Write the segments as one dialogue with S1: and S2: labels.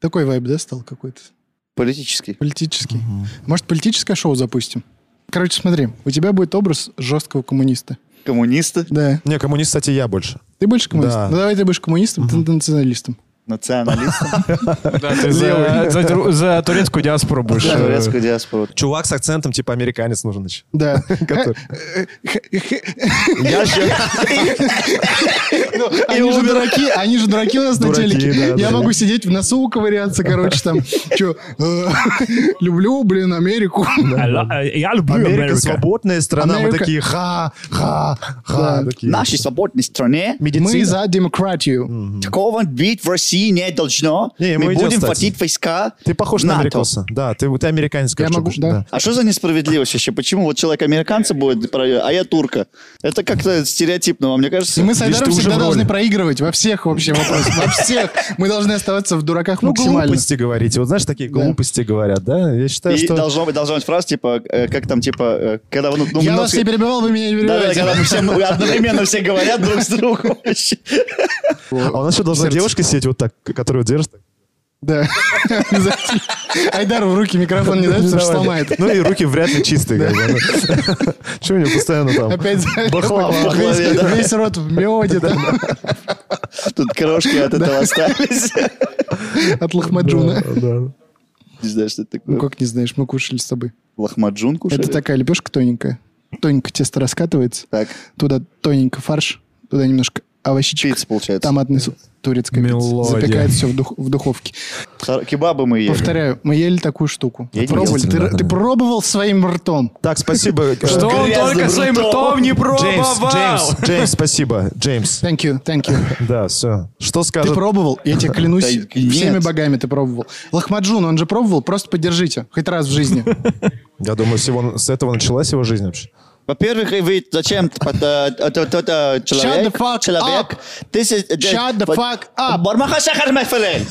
S1: Такой вайб, да, стал какой-то?
S2: Политический.
S1: Политический. Может, политическое шоу запустим? Короче, смотри, у тебя будет образ жесткого коммуниста.
S2: Коммунисты,
S1: Да.
S3: Не, коммунист, кстати, я больше.
S1: Ты больше коммунист?
S3: Да.
S1: Ну, давай ты будешь коммунистом, ты националистом.
S2: националисты,
S4: Да, А ты за, за тру- за турецкую диаспору будешь. э,
S2: турецкую диаспору.
S3: Чувак с акцентом, типа, американец нужен еще.
S1: Да.
S3: Который-
S2: Я же-
S1: Они же дураки, они же дураки у нас на
S3: Дураки,
S1: телеке.
S3: да,
S1: Я
S3: да.
S1: могу сидеть в носу ковыряться, короче, там, чё, э, люблю, блин, Америку.
S4: э, Я люблю
S3: Америка свободная страна, мы
S1: Америка-
S3: такие ха, ха, ха.
S1: Да.
S3: такие.
S2: нашей свободной стране
S1: Мы
S3: Медицина.
S1: за демократию.
S2: такого бить в России не должно.
S3: Не, ему
S2: Мы
S3: идет,
S2: будем
S3: кстати.
S2: платить войска
S3: Ты похож на
S2: НАТО.
S3: американца. Да, ты, ты американец, короче,
S1: могу,
S3: больше,
S1: да.
S2: А что за несправедливость вообще? Почему вот человек американца будет, про- а я турка? Это как-то стереотипно, вам не кажется?
S1: И мы с
S3: Видишь,
S1: Айдаром
S3: ты уже
S1: всегда
S3: в роли.
S1: должны проигрывать во всех вообще вопросах. Во всех. Мы должны оставаться в дураках
S3: Ну,
S1: максимально.
S3: глупости говорите. Вот знаешь, такие
S1: Да.
S3: глупости говорят, да? Я считаю,
S2: И
S3: что...
S2: должно быть, должна быть фраза, типа, э, как там, типа, э, когда... ну, ну,
S1: Я
S2: много-
S1: вас не перебивал, вы меня не
S2: Да, да,
S1: перебиваете.
S2: когда мы все- мы одновременно все говорят друг с другом. вообще.
S3: А у нас еще должна
S1: Сердце.
S3: девушка сидеть вот так, которую держит.
S1: Да, обязательно. Айдар в руки микрофон не дает, потому что
S3: Давай.
S1: сломает.
S3: Ну и руки вряд ли чистые. как бы, ну. Че у него постоянно там?
S1: Опять за-
S3: Бахлава в
S1: весь,
S2: голове, да.
S1: весь рот в меде, там,
S2: Тут крошки от этого остались.
S1: от лохмаджуна.
S3: Да.
S2: Не знаю, что это
S1: Ну
S2: такое.
S1: как не знаешь, мы кушали с тобой.
S2: Лохмаджун кушали?
S1: Это такая лепешка тоненькая. Тоненько тесто раскатывается.
S2: Так,
S1: Туда тоненько фарш, туда немножко овощичек.
S2: пицца получается.
S1: Томатный суп. Турецкая пицца.
S4: Мелодия.
S1: Запекает все в, дух- в духовке.
S2: Сар- Кебабы мы ели.
S1: Повторяю, мы ели такую штуку.
S2: Я не
S1: Пробовали.
S3: ел.
S1: Ты,
S3: Да, да.
S1: ты пробовал своим ртом?
S3: Так, спасибо.
S4: Что он
S2: Грязным
S4: только своим
S2: ртом.
S4: ртом не
S3: Джеймс,
S4: пробовал.
S3: Джеймс, Джеймс, спасибо. Джеймс,
S1: Thank you, thank you.
S3: да, все. Что
S1: Ты
S3: скажет?
S1: пробовал? Я тебе клянусь,
S2: Да нет.
S1: всеми богами ты пробовал. Лахмаджун, он же пробовал, просто поддержите. Хоть раз в жизни.
S3: Я думаю, с, его- с этого началась его жизнь вообще.
S2: Во-первых, и вы зачем т- под- э, э, т- т- т-
S1: Shut
S2: человек?
S1: the fuck
S2: человек,
S1: up.
S2: Ты си- э,
S1: Shut the
S2: вот-
S1: fuck up.
S2: Бармаха Шахар Махфелей.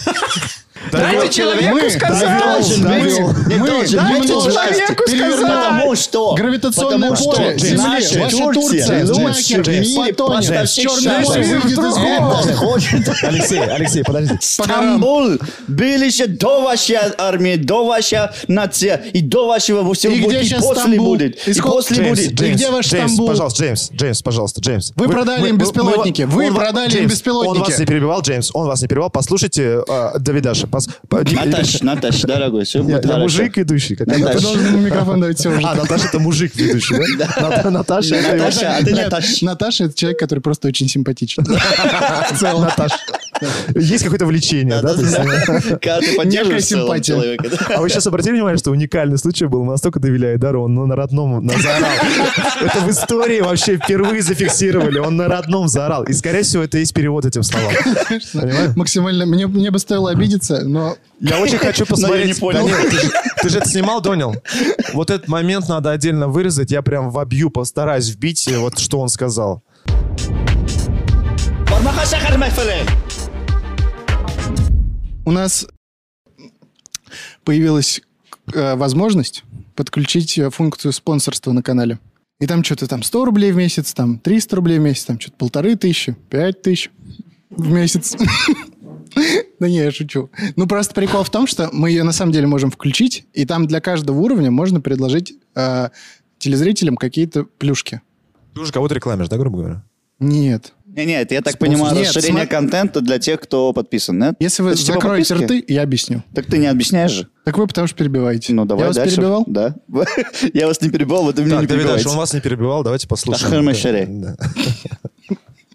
S4: Дайте
S1: Мы
S4: человеку сказать.
S1: должны-
S2: Должен
S1: да,
S2: быть.
S1: мы-
S2: Не
S1: мы-
S2: должен
S1: дайте
S2: быть власти.
S4: человеку
S2: Перевернуть.
S1: сказать.
S2: Потому что.
S1: Гравитационное
S2: потому что
S1: поле
S2: Джеймс,
S1: Земли,
S2: наша
S1: ваша
S2: Турция,
S1: Турция,
S2: Джеймс,
S1: Лунакер,
S2: Джеймс,
S1: в мире
S2: потонет,
S1: потонет,
S2: поставщик
S1: Черное
S2: шахмат.
S1: море выйдет из
S2: Это
S1: гроба.
S2: Э, ходит.
S3: Алексей, Алексей, подожди.
S1: горам.
S2: Стамбул был еще до вашей а, армии, до вашей нации и до вашего всего
S1: И
S2: будет,
S1: где
S2: и
S1: сейчас
S2: после
S1: Стамбул?
S2: будет,
S1: И
S2: и
S1: сколько-
S2: после
S1: Джеймс,
S2: будет.
S1: Джеймс, И где ваш
S3: Джеймс,
S1: Стамбул?
S3: пожалуйста, Джеймс, Джеймс, пожалуйста, Джеймс.
S1: Вы продали им
S3: мы-
S1: беспилотники,
S3: мы-
S1: вы
S3: ну, он-
S1: продали им
S3: Джеймс,
S1: беспилотники.
S3: Он вас не перебивал, Джеймс, он вас не перебивал. Послушайте э, Давидаша. пос- по-
S2: Наташ, Наташ, дорогой, все
S3: Я-
S2: будет
S3: я
S2: хорошо.
S3: мужик ведущий. как-
S2: Наташа.
S1: Ты должен ему микрофон дать все
S3: А,
S1: уже.
S3: Наташа это мужик ведущий, да? Ната- Наташа это его-
S2: Наташа, а ты
S1: Нет,
S2: Наташ.
S1: Наташа это человек, который просто очень симпатичен. В целом.
S3: Наташа. Есть какое-то влечение, да? то есть, э,
S2: Когда ты поддерживаешь в целом
S1: симпатия.
S2: человека. да?
S3: А вы сейчас обратили внимание, что уникальный случай был настолько довели Айдару, он на родном на- заорал. Это в истории вообще впервые зафиксировали. Он на родном заорал. И, скорее всего, это и есть перевод этим словам. Понимаю?
S1: Максимально. Мне, мне бы стоило обидеться, но
S3: Я очень хочу посмотреть.
S2: не понял.
S3: Да нет, ты, же, ты же это снимал, Донил? Вот этот момент надо отдельно вырезать. Я прям вобью, постараюсь вбить, э, вот что он сказал.
S2: Бармаха Шахар Махфелей.
S1: у нас появилась э, возможность подключить э, функцию спонсорства на канале. И там что-то там 100 рублей в месяц, там 300 рублей в месяц, там что-то полторы тысячи, пять тысяч в месяц. Да не, я шучу. Ну, просто прикол в том, что мы ее на самом деле можем включить, и там для каждого уровня можно предложить э, телезрителям какие-то плюшки.
S3: Ты уже кого-то рекламишь, да, грубо говоря?
S1: Нет.
S2: Не, нет, я так понимаю,
S1: Нет,
S2: расширение
S1: сма-
S2: контента для тех, кто подписан, нет?
S1: Если вы
S2: Это типа
S1: закроете
S2: подписки?
S1: рты, я объясню.
S2: Так ты не объясняешь же.
S1: Так вы потому что перебиваете.
S2: Ну, давай
S1: я вас
S2: дальше.
S1: перебивал?
S2: Да. Я вас не перебивал, вот вы меня не
S3: Так, Давид Ильич,
S2: перебиваете.
S3: он вас не перебивал, давайте
S2: Ахэр
S3: послушаем.
S2: Машаре.
S3: Да.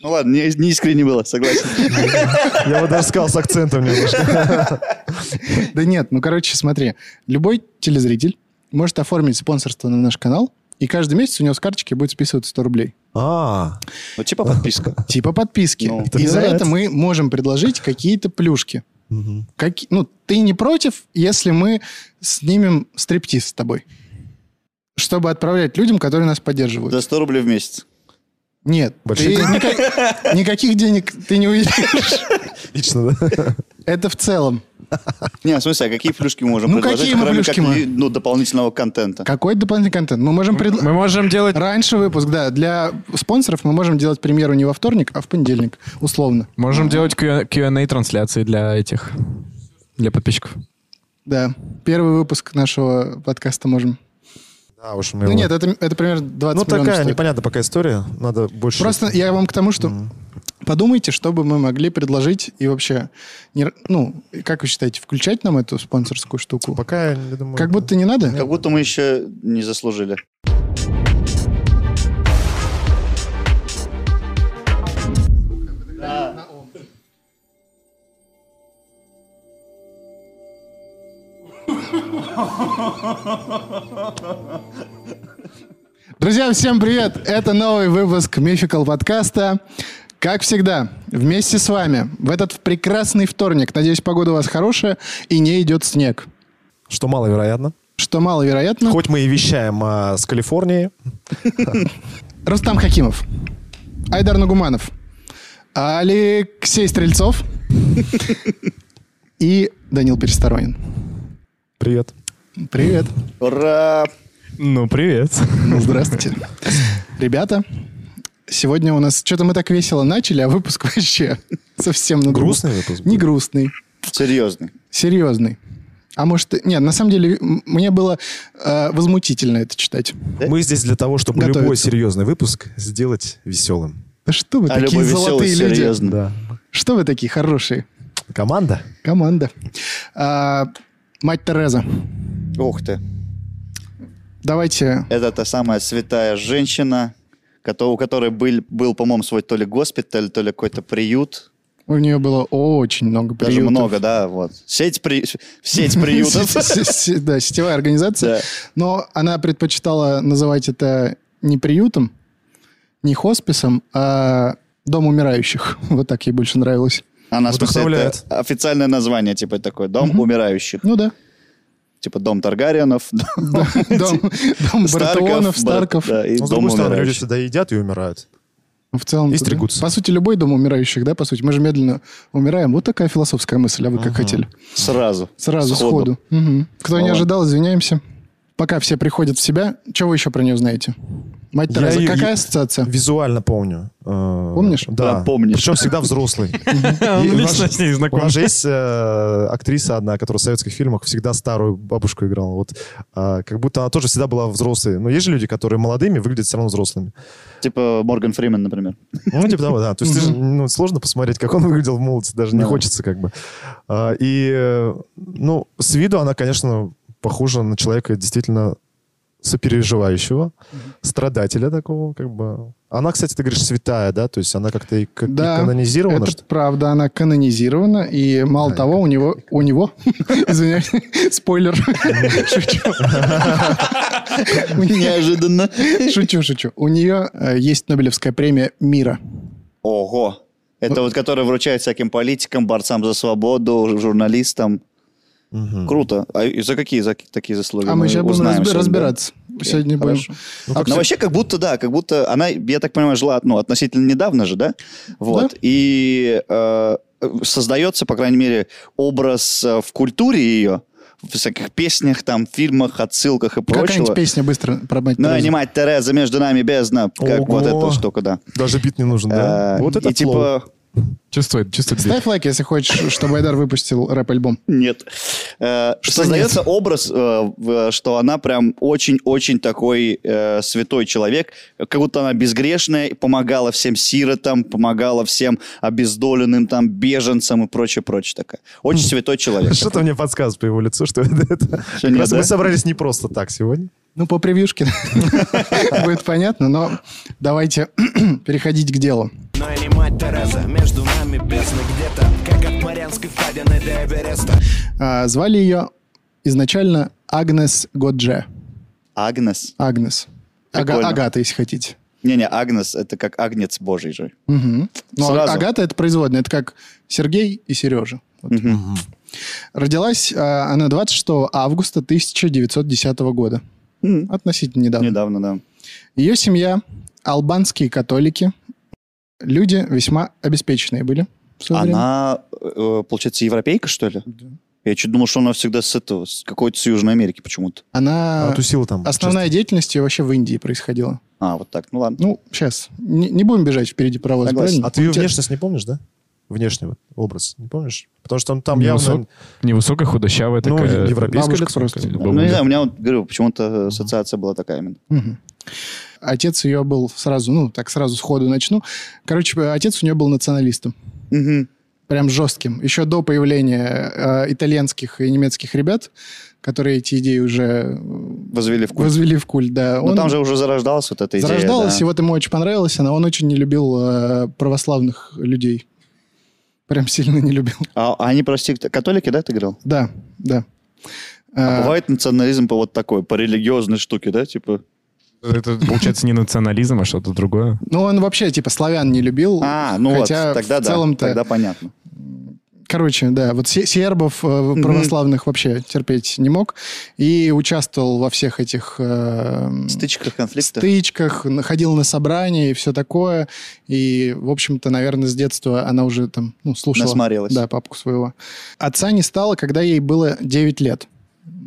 S2: Ну ладно, не не искренне было, согласен.
S3: Я вот даже сказал с акцентом немножко.
S1: Да нет, ну короче, смотри, любой телезритель может оформить спонсорство на наш канал, и каждый месяц у него с карточки будет списываться 100 рублей.
S3: А,
S2: Ну типа подписка.
S1: Типа подписки.
S2: Ну,
S3: это
S1: и
S3: мне
S1: за
S3: нравится.
S1: это мы можем предложить какие-то плюшки.
S3: мгм.
S1: Каки- Ну, ты не против, если мы снимем стриптиз с тобой? Чтобы отправлять людям, которые нас поддерживают.
S2: За 100 рублей в месяц.
S1: Нет,
S3: Большие
S1: ты никак- никаких денег ты не увидишь.
S3: отлично, да?
S1: Это в целом.
S2: Не, в смысле, а какие плюшки мы можем
S1: Ну,
S2: предложить,
S1: какие мы
S2: кроме
S1: плюшки
S2: как,
S1: мы?
S2: и, ну, дополнительного контента?
S1: Какой дополнительный контент? Мы можем предложить...
S4: Мы можем делать...
S1: Раньше выпуск, да. Для спонсоров мы можем делать премьеру не во вторник, а в понедельник, условно.
S4: Можем делать Q&A-трансляции для этих. для подписчиков.
S1: Да. Первый выпуск нашего подкаста можем.
S3: Да, уж мы
S1: Ну
S3: его-
S1: нет, это, это примерно 20
S3: Ну,
S1: миллионов
S3: такая
S1: стоит.
S3: непонятная пока история. Надо больше...
S1: Просто я вам к тому, что
S3: Мгм.
S1: подумайте, что бы мы могли предложить и вообще, не р- ну, как вы считаете, включать нам эту спонсорскую штуку?
S3: Пока, я не думаю...
S1: Как будто не надо?
S2: Как будто мы еще не заслужили.
S1: Друзья, всем привет! Это новый выпуск Мификал подкаста. Как всегда, вместе с вами в этот прекрасный вторник. Надеюсь, погода у вас хорошая и не идет снег.
S3: Что маловероятно.
S1: Что маловероятно.
S3: Хоть мы и вещаем а, с Калифорнии.
S1: Рустам Хакимов, Айдар Нагуманов, Алексей Стрельцов и Данил Пересторонин.
S3: Привет.
S1: Привет.
S2: Ура!
S4: Ну, привет.
S1: Ну, Здравствуйте. Ребята, сегодня у нас... Что-то мы так весело начали, а выпуск вообще совсем... на другом.
S3: Грустный выпуск
S1: Не
S3: был?
S1: грустный.
S2: Серьезно.
S1: Серьезный. А может... и- Нет, на самом деле, м- мне было э, возмутительно это читать.
S3: Мы здесь для того, чтобы любой
S1: Готовится.
S3: серьезный выпуск сделать веселым.
S1: Да что вы
S2: А
S1: такие
S2: любой веселый,
S1: золотые люди?
S2: серьезный.
S1: Что вы такие хорошие?
S3: Команда?
S1: Команда. А, мать Тереза,
S2: Ух ты.
S1: давайте...
S2: Это та самая святая женщина, кото- у которой был, был по-моему, свой то ли госпиталь, то ли какой-то приют.
S1: У нее было очень много
S2: Даже
S1: приютов.
S2: много, да, вот. Сеть, при... сеть приютов.
S1: Се- се- се- Да, сетевая организация.
S2: Да.
S1: Но она предпочитала называть это не приютом, не хосписом, а дом умирающих. Вот так ей больше нравилось.
S2: Она, в смысле,
S3: Вдохновляет.
S2: это официальное название, типа, такой, дом умирающих.
S1: Ну да.
S2: Типа, дом Таргариенов, дом
S1: Дом дом Баратеонов,
S2: Старков.
S1: Старков.
S2: да, и
S3: Ну, с
S2: дом
S3: другой стороны, люди
S2: умирающих.
S3: сюда едят и умирают.
S1: Ну, В целом,
S3: И
S1: да.
S3: стригутся.
S1: По сути, любой дом умирающих, да, по сути. Мы же медленно умираем. Вот такая философская мысль, а вы как хотели.
S2: Сразу.
S1: Сразу, сходу.
S2: Сходу.
S1: Мгм. Кто не
S2: Ладно.
S1: ожидал, извиняемся. Пока все приходят в себя. Чего вы еще про нее знаете? Мать
S3: Я
S1: Тереза,
S3: её-
S1: какая
S3: я-
S1: ассоциация?
S3: Визуально помню.
S1: Помнишь?
S3: Помнишь? Да.
S2: Да, помнишь.
S3: Причем всегда взрослый. И у нас-
S4: с ней
S3: У нас же есть э, актриса одна, которая в советских фильмах всегда старую бабушку играла. Вот а, как будто она тоже всегда была взрослой. Но есть же люди, которые молодыми выглядят все равно взрослыми.
S2: Типа Морган Фримен, например.
S3: Ну, типа того, да. То есть ты же, ну, сложно посмотреть, как он выглядел в молодости, даже не
S2: Да.
S3: хочется как бы. А, И, э, ну, с виду она, конечно, похожа на человека действительно сопереживающего, страдателя такого, как бы. Она, кстати, ты говоришь, святая, да? То есть она как-то и, как- и канонизирована,
S1: это
S3: что ли?
S1: правда, она канонизирована, и мало
S3: Да, и
S1: того, у него, у него, извиняюсь, спойлер, шучу, У неё-
S2: Неожиданно.
S1: шучу, шучу, у нее э, есть Нобелевская премия мира.
S2: Ого. Это
S1: Ну,
S2: вот, которая вручает всяким политикам, борцам за свободу, ж- журналистам.
S3: Мгм.
S2: Круто. А и за какие за- такие заслуги?
S1: А мы сейчас будем
S2: узнаем
S1: разби-
S2: сегодня, да?
S1: разбираться. Сегодня будем...
S2: Хорошо.
S3: Ну,
S2: Но вообще, как будто, да, как будто она, я так понимаю, жила ну, относительно недавно же, да? Вот. И э, создается, по крайней мере, образ э, в культуре ее, в всяких песнях, там, фильмах, отсылках и прочего.
S1: Какая-нибудь песня быстро про мать
S2: Ну,
S1: Терезу.
S2: не мать Тереза, между нами бездна. Как
S3: Ого.
S2: вот эта штука, да.
S3: Даже бит не нужен, да?
S2: Э,
S3: Вот это
S2: и
S3: флоу.
S2: типа,
S4: Чувствует, чувствует. бит.
S1: Ставь лайк, если хочешь, чтобы Айдар выпустил рэп-альбом.
S2: Нет. Э, Создается образ, э, в- что она прям очень-очень такой э, святой человек, как будто она безгрешная, и помогала всем сиротам, помогала всем обездоленным там беженцам и прочее-прочее такая. Очень святой человек.
S3: Что-то мне подсказывает по его лицу, что это. это-
S2: Всё,
S3: Как
S2: нет,
S3: раз
S2: да?
S3: мы собрались не просто так сегодня.
S1: Ну, по превьюшке будет понятно, но давайте переходить к делу.
S5: Но я не мать Тереза, между нами бездна где-то Как от Марианской впадины до Эвереста
S1: А, Звали ее изначально Агнес Годже.
S2: Агнес.
S1: Агнес. Ага-
S2: Прикольно.
S1: Агата, если хотите.
S2: Не-не, Агнес — это как Агнец Божий же.
S1: Мгм. Ну, а-
S2: Сразу.
S1: Агата это производная, это как Сергей и Сережа. Вот. Родилась а, она 26 августа 1910 года.
S2: М,
S1: Относительно недавно.
S2: Недавно, да.
S1: Ее семья албанские католики. Люди весьма обеспеченные были. в своё время.
S2: Она, э, получается, европейка, что ли?
S1: Да.
S2: Я чуть думал, что она всегда с этого, с какой-то с Южной Америки почему-то.
S1: Она...
S3: Она а тусила там.
S1: А, Основная деятельность ее вообще в Индии происходила.
S2: А, вот так, ну ладно.
S1: Ну, сейчас. Не, не будем бежать впереди паровоза,
S2: Согласен.
S1: правильно?
S3: часто. А ты ее
S1: У тебя-
S3: внешность не помнишь, да? внешний вот образ, не помнишь? Потому что он там явно...
S4: Невысок- Невысокая, худощавая
S3: Ну,
S4: такая.
S3: европейская
S4: бабушка
S1: лицо просто.
S4: такая,
S2: Ну, не
S4: бабуля.
S2: знаю, у меня, вот, говорю, почему-то ассоциация была такая именно.
S1: Мгм. Отец ее был сразу, ну, так сразу сходу начну. Короче, отец у нее был националистом.
S2: Мгм.
S1: Прям жестким. Еще до появления э, итальянских и немецких ребят, которые эти идеи уже э,
S2: Возвели в культ.
S1: возвели в культ, да.
S2: Ну, там же уже зарождалась вот эта идея.
S1: зарождалась,
S2: да.
S1: и вот ему очень понравилось. Она, он очень не любил э, православных людей. Прям сильно не любил.
S2: А, а они, прости, кто- католики, да, ты говорил?
S1: Да, да.
S2: А
S1: Э,
S2: бывает национализм по вот такой, по религиозной штуке, да, типа?
S4: Это получается не национализм, а что-то другое.
S1: Ну, он вообще, типа, славян не любил.
S2: А, ну
S1: хотя
S2: вот, тогда
S1: в
S2: да,
S1: целом-то...
S2: тогда понятно.
S1: Короче, да, вот се- сербов э, православных вообще терпеть не мог. И участвовал во всех этих... э,
S2: Стычках, конфликтах.
S1: стычках, на- ходил на собрания и все такое. И, в общем-то, наверное, с детства она уже там, ну, слушала.
S2: Насмотрелась.
S1: Да, папку своего. Отца не стало, когда ей было 9 лет.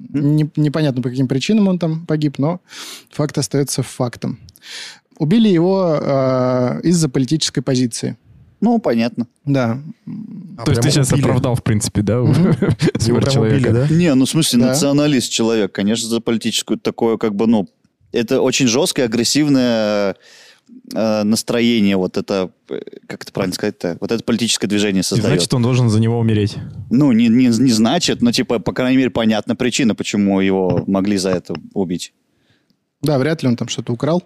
S1: Не- непонятно, по каким причинам он там погиб, но факт остается фактом. Убили его э, из-за политической позиции.
S2: Ну, понятно.
S1: Да.
S4: То есть ты сейчас оправдал, в принципе, да,
S3: а Его
S4: смерть
S3: прям убили,
S4: человека.
S3: да?
S2: Не, ну, в смысле,
S1: Да.
S2: националист человек, конечно, за политическую такое, как бы, ну, это очень жесткое, агрессивное э, настроение, вот это, э, как это правильно сказать-то, вот это политическое движение
S4: И
S2: создает.
S4: Значит, он должен за него умереть. А
S2: Ну, не, не, не значит, но, типа, по крайней мере, понятна причина, почему его могли за это убить.
S1: Да, вряд ли он там что-то украл.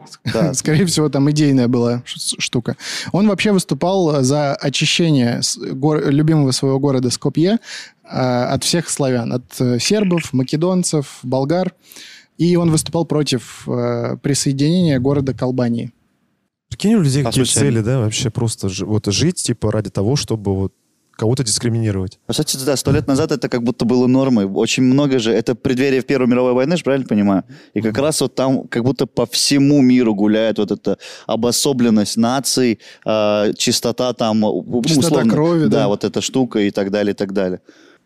S2: Да.
S1: Скорее всего, там идейная была ш- штука. Он вообще выступал э, за очищение с- гор- любимого своего города Скопье э, от всех славян, от э, сербов, македонцев, болгар. И он выступал против э, присоединения города к Албании.
S3: Прикинь, у людей
S2: По
S3: какие
S2: сути,
S3: цели, да, вообще просто жи- вот жить, типа, ради того, чтобы вот кого-то дискриминировать.
S2: По сути, да, сто лет назад это как будто было нормой. Очень много же, это преддверие в Первой мировой войны, же правильно понимаю? И как раз вот там как будто по всему миру гуляет вот эта обособленность наций, э, чистота там... у- ну,
S1: Чистота
S2: условно,
S1: крови, да.
S2: вот эта штука и так далее, и так далее.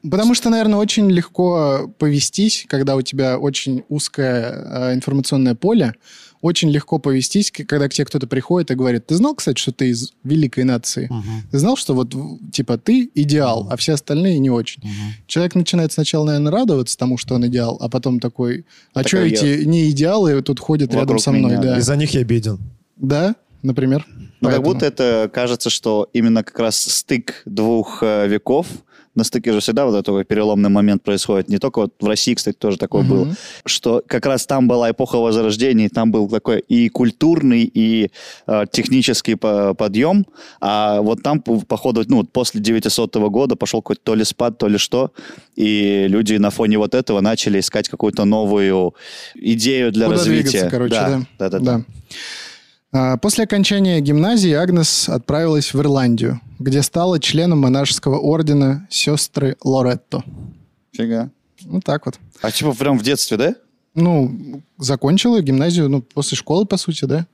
S1: Потому что, наверное, очень легко повестись, когда у тебя очень узкое э, информационное поле, очень легко повестись, к- когда к тебе кто-то приходит и говорит, ты знал, кстати, что ты из великой нации? Ты знал, что вот, в- типа, ты идеал, а все остальные не очень? Человек начинает сначала, наверное, радоваться тому, что он идеал, а потом такой, а
S2: Так,
S1: что
S2: а я-
S1: эти не идеалы тут ходят
S2: Вокруг
S1: рядом со мной?
S2: меня,
S1: Да.
S3: Из-за них я беден.
S1: да, например.
S2: Но Ну, как
S1: Поэтому.
S2: будто это кажется, что именно как раз стык двух э, веков, на стыке же всегда вот этот переломный момент происходит. Не только вот в России, кстати, тоже такое
S1: Мгм.
S2: было. что как раз там была эпоха Возрождения, и там был такой и культурный, и э, технический по- подъем, а вот там, по- походу, ну, вот после 900 года пошел какой-то то ли спад, то ли что, и люди на фоне вот этого начали искать какую-то новую идею для
S1: Куда
S2: развития.
S1: двигаться, короче, да.
S2: Да, да, да.
S1: Да. А, После окончания гимназии Агнес отправилась в Ирландию, где стала членом монашеского ордена сестры Лоретто.
S2: Фига.
S1: Ну, так вот.
S2: А типа прям в детстве, да?
S1: Ну, закончила гимназию, ну, после школы, по сути, да?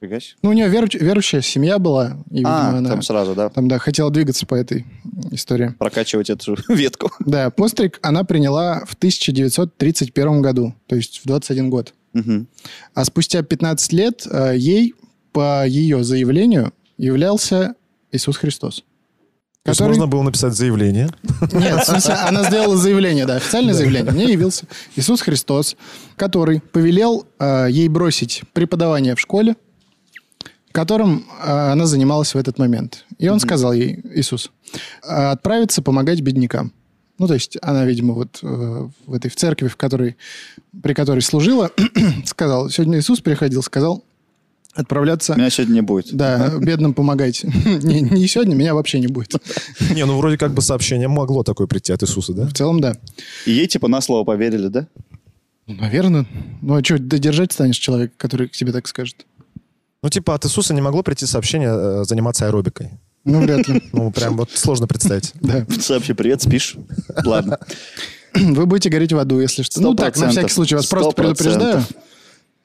S2: Фига себе.
S1: Ну, у нее веру- верующая семья была, и, видимо,
S2: А,
S1: она
S2: там сразу, да.
S1: там, да, хотела двигаться по этой истории.
S2: Прокачивать эту ветку.
S1: Да, постриг она приняла в 1931 году, то есть в 21 год.
S2: Мгм.
S1: А спустя 15 лет э, ей, по ее заявлению, являлся Иисус Христос.
S3: То есть можно было написать заявление.
S1: Нет, в смысле, она сделала заявление, да, официальное заявление. Мне явился Иисус Христос, который повелел э, ей бросить преподавание в школе, которым э, она занималась в этот момент. И он сказал ей, Иисус, э, отправиться помогать беднякам. Ну, то есть она, видимо, вот э, в этой в церкви, в которой, при которой служила, сказал, сегодня Иисус приходил, сказал отправляться...
S2: Меня сегодня не будет.
S1: Да, бедным помогайте. Не, не сегодня, меня вообще не будет.
S3: Не, ну вроде как бы сообщение могло такое прийти от Иисуса, да?
S1: В целом, да.
S2: И ей типа на слово поверили, да?
S1: Ну, Наверное. Ну, а что, додержать станешь человека, который к тебе так скажет?
S3: Ну типа от Иисуса не могло прийти сообщение э, заниматься аэробикой.
S1: Ну, вряд ли.
S3: Ну прям вот сложно представить.
S1: Да.
S2: Сообщи привет, спишь? Ладно.
S1: Вы будете гореть в аду, если что. Ну, так, на
S2: 100%.
S1: всякий случай, вас просто
S2: 100%.
S1: предупреждаю.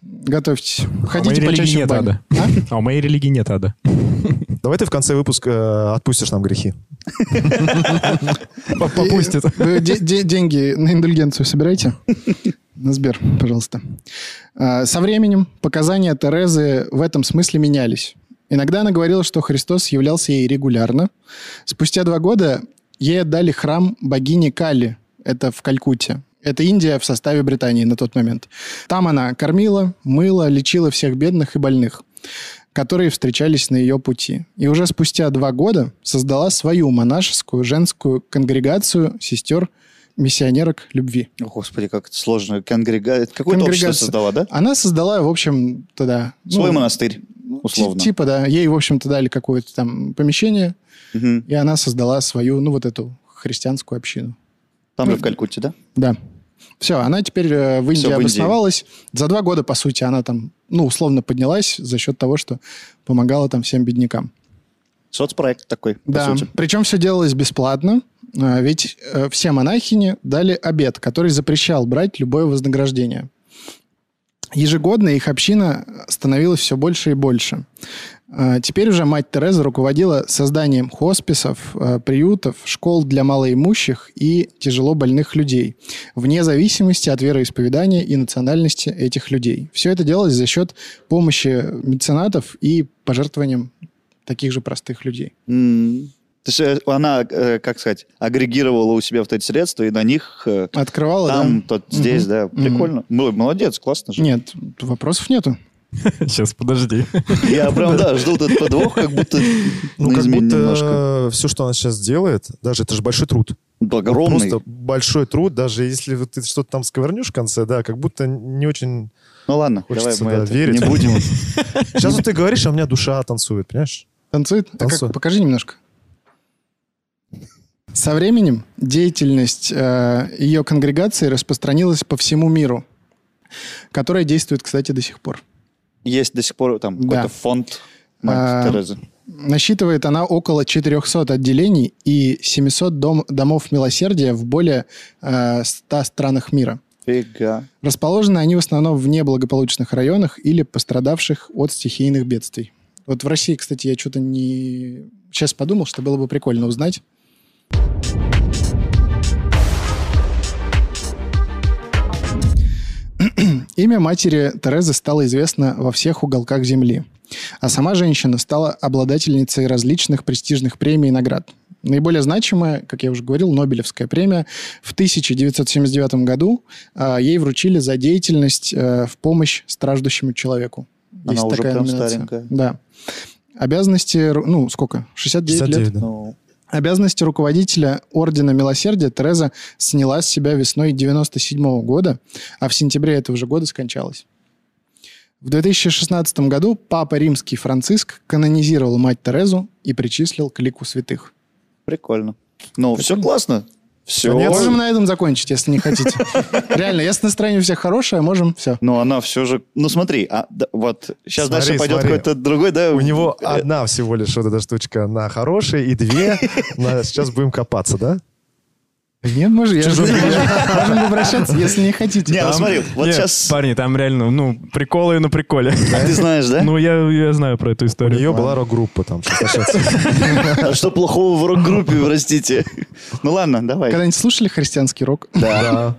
S1: Готовьтесь. Ходите
S4: А моей религии
S1: почаще в
S4: нет
S1: баню.
S4: ада. А у моей религии нет ада.
S3: Давай ты в конце выпуска э, отпустишь нам грехи.
S2: А?
S4: П- Попустит.
S1: И- Вы де- де- деньги на индульгенцию собираете? На Сбер, пожалуйста. А, Со временем показания Терезы в этом смысле менялись. Иногда она говорила, что Христос являлся ей регулярно. Спустя два года ей отдали храм богини Кали. Это в Калькутте. Это Индия в составе Британии на тот момент. Там она кормила, мыла, лечила всех бедных и больных, которые встречались на ее пути. И уже спустя два года создала свою монашескую женскую конгрегацию сестер миссионерок любви.
S2: О, Господи, как это сложно. Конгрега... Какое-то общество
S1: Конгрегация.
S2: создала, да? Ну,
S1: Она создала, в общем, тогда... ну,
S2: Свой монастырь, условно.
S1: Типа, да. Ей, в общем-то, дали какое-то там помещение,
S2: Мгм.
S1: и она создала свою, ну, вот эту христианскую общину.
S2: Там же в Калькутте, да?
S1: Да. Все, она теперь э, в Индии
S2: Всё, в Индии.
S1: обосновалась. За два года, по сути, она там, ну, условно поднялась за счет того, что помогала там всем беднякам.
S2: Соцпроект такой, по
S1: да,
S2: сути.
S1: причем все делалось бесплатно, а, ведь э, все монахини дали обед, который запрещал брать любое вознаграждение. Ежегодно их община становилась все больше и больше. А, Теперь уже мать Тереза руководила созданием хосписов, э, приютов, школ для малоимущих и тяжело больных людей, вне зависимости от вероисповедания и национальности этих людей. Все это делалось за счет помощи меценатов и пожертвованием таких же простых людей.
S2: М. То есть э, она, э, как сказать, агрегировала у себя вот эти средства, и на них э,
S1: Открывала,
S2: там,
S1: да?
S2: тот здесь, да. Прикольно. Ну, Молодец, классно же.
S1: Нет, вопросов нету.
S4: Сейчас, подожди.
S2: А, Я прям, да, ждал этот подвох, как будто
S3: Ну,
S2: на
S3: как
S2: измене
S3: будто
S2: немножко.
S3: все, что она сейчас делает, даже это же большой труд.
S2: Огромный.
S3: Просто большой труд, даже если вот ты что-то там сковырнешь в конце, да, как будто не очень...
S2: Ну ладно, давай
S3: Хочется,
S2: мы
S3: да,
S2: это
S3: верить.
S2: не будем.
S3: Сейчас вот ты говоришь, а у меня душа танцует, понимаешь?
S1: Танцует? А как?
S3: Танцует.
S1: Покажи немножко. Со временем деятельность э, ее конгрегации распространилась по всему миру, которая действует, кстати, до сих пор.
S2: Есть до сих пор там
S1: Да.
S2: какой-то фонд
S1: А,
S2: Мать Терезы.
S1: Насчитывает она около 400 отделений и 700 дом- домов милосердия в более э, 100 странах мира.
S2: Фига.
S1: Расположены они в основном в неблагополучных районах или пострадавших от стихийных бедствий. Вот в России, кстати, я что-то не... Сейчас подумал, что было бы прикольно узнать. Имя матери Терезы стало известно во всех уголках Земли. А сама женщина стала обладательницей различных престижных премий и наград. Наиболее значимая, как я уже говорил, Нобелевская премия. В 1979 году а, ей вручили за деятельность э, в помощь страждущему человеку.
S2: Она уже прям старенькая.
S1: Да. Обязанности, ру- ну, сколько? 69,
S3: 69,
S1: лет.
S3: да.
S2: Ну,
S1: Обязанности руководителя Ордена Милосердия Тереза сняла с себя весной 97 года, а в сентябре этого же года скончалась. В 2016 году Папа Римский Франциск канонизировал мать Терезу и причислил к лику святых.
S2: прикольно. Ну, все классно. Все.
S3: Конец.
S1: Можем на этом закончить, если не хотите. Реально, если настроение у всех хорошее, можем все.
S2: Но она все же... Ну, смотри, а, да, вот сейчас
S3: Смотри,
S2: дальше пойдет
S3: смотри.
S2: какой-то другой, да?
S3: У него
S2: э,
S3: одна всего лишь вот эта штучка на хорошие и две. на- Сейчас будем копаться, да?
S1: Нет, можем, я же говорю, можем обращаться, если не хотите.
S2: Не, ну смотри, вот
S4: Нет,
S2: сейчас...
S4: Парни, там реально, ну, приколы на приколе.
S2: А ты знаешь, да?
S4: Ну, я, я знаю про эту
S3: У
S4: историю.
S3: нее была рок-группа там. что касается.
S2: А что плохого в рок-группе, простите? Ну ладно, давай.
S1: Когда-нибудь слушали христианский рок?
S3: Да.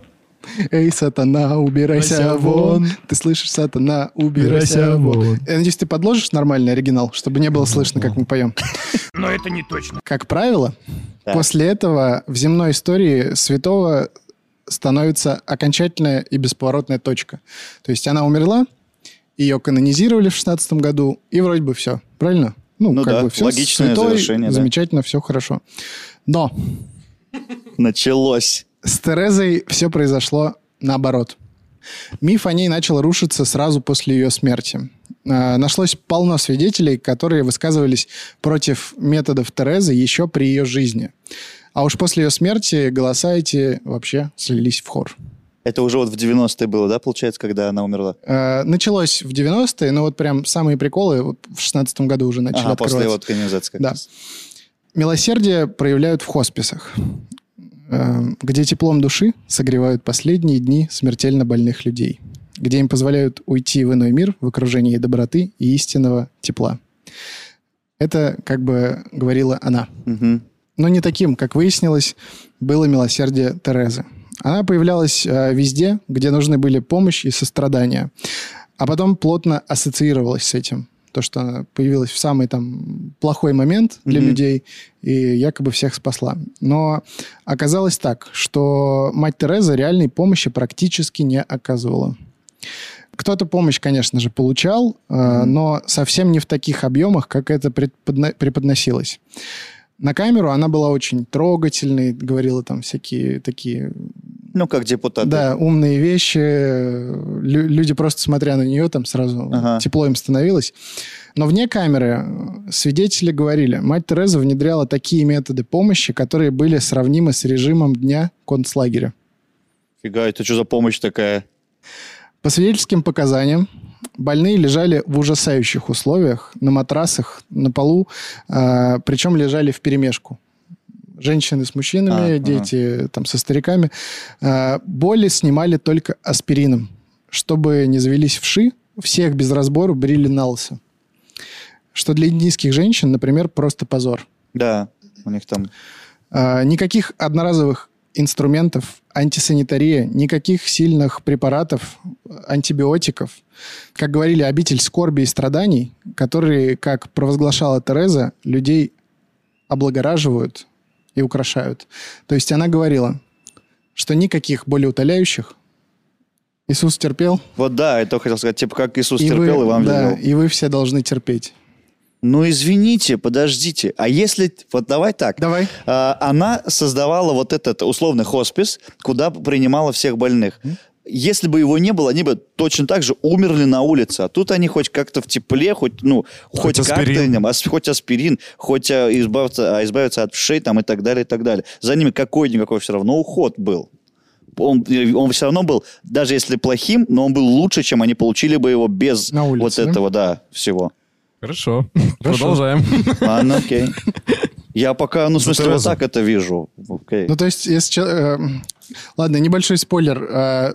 S1: Эй, сатана, убирайся
S4: Убирайся
S1: вон.
S4: вон.
S1: Ты слышишь, сатана, убирайся
S4: Убирайся
S1: вон.
S4: вон.
S1: Я надеюсь, ты подложишь нормальный оригинал, чтобы не было слышно, как мы поем.
S5: Но это не точно.
S1: Как правило,
S2: Так.
S1: после этого в земной истории святого становится окончательная и бесповоротная точка. То есть она умерла, ее канонизировали в 16 году, и вроде бы все. Правильно?
S2: Ну да,
S1: всё,
S2: логичное завершение, да.
S1: Замечательно, все хорошо. Но
S2: Началось.
S1: с Терезой все произошло наоборот. Миф о ней начал рушиться сразу после ее смерти. Э, Нашлось полно свидетелей, которые высказывались против методов Терезы еще при ее жизни. А уж после ее смерти голоса эти вообще слились в хор.
S2: Это уже вот в 90-е было, да, получается, когда она умерла?
S1: Э, Началось в 90-е, но вот прям самые приколы вот в 16 году уже начали
S2: Ага, после
S1: открываться.
S2: вот канонизации. как
S1: Да.
S2: раз.
S1: Милосердие проявляют в хосписах, э, где теплом души согревают последние дни смертельно больных людей, где им позволяют уйти в иной мир в окружении доброты и истинного тепла. Это, как бы говорила она.
S2: Мгм.
S1: Но не таким, как выяснилось, было милосердие Терезы. Она появлялась э, везде, где нужны были помощь и сострадание, а потом плотно ассоциировалась с этим. То, что она появилась в самый там плохой момент для
S2: Мгм.
S1: людей и якобы всех спасла. Но оказалось так, что мать Тереза реальной помощи практически не оказывала. Кто-то помощь, конечно же, получал, э, но совсем не в таких объемах, как это предподно- преподносилось. На камеру она была очень трогательной, говорила там всякие такие
S2: Ну, как депутат.
S1: да, умные вещи. Лю- люди просто смотря на нее, там сразу
S2: Ага.
S1: тепло им становилось. Но вне камеры э, свидетели говорили, мать Тереза внедряла такие методы помощи, которые были сравнимы с режимом дня концлагеря.
S2: Фига, это что за помощь такая?
S1: По свидетельским показаниям, больные лежали в ужасающих условиях, на матрасах, на полу, а, причем лежали в перемешку. Женщины с мужчинами,
S2: А, ага.
S1: дети там со стариками. А, Боли снимали только аспирином, чтобы не завелись вши, всех без разбору брили на лысо. Что для индийских женщин, например, просто позор.
S2: Да, у них там...
S1: А, Никаких одноразовых инструментов, антисанитария, никаких сильных препаратов, антибиотиков. Как говорили, обитель скорби и страданий, которые, как провозглашала Тереза, людей облагораживают и украшают. То есть она говорила, что никаких болеутоляющих Иисус терпел,
S2: Вот да, это хотел сказать, типа, как Иисус
S1: и,
S2: терпел,
S1: вы,
S2: и вам
S1: да,
S2: велел.
S1: и вы все должны терпеть.
S2: Ну, извините, подождите. А если... Вот давай так.
S1: Давай.
S2: А, Она создавала вот этот условный хоспис, куда принимала всех больных. Если бы его не было, они бы точно так же умерли на улице. А тут они хоть как-то в тепле, хоть, ну, хоть,
S3: Хоть
S2: аспирин.
S3: аспирин.
S2: хоть аспирин, хоть а, избавиться, а, избавиться от вшей там и так далее, и так далее. За ними какой-никакой все равно уход был. Он, э, он все равно был, даже если плохим, но он был лучше, чем они получили бы его без
S1: На улице,
S2: вот
S1: да?
S2: этого, да, всего.
S4: Хорошо. Продолжаем.
S2: Ладно, окей. Я пока, ну, в смысле, вот
S3: Терезу.
S2: так это вижу. Окей.
S1: Ну, то есть, если... чел- э, Ладно, небольшой спойлер. Э,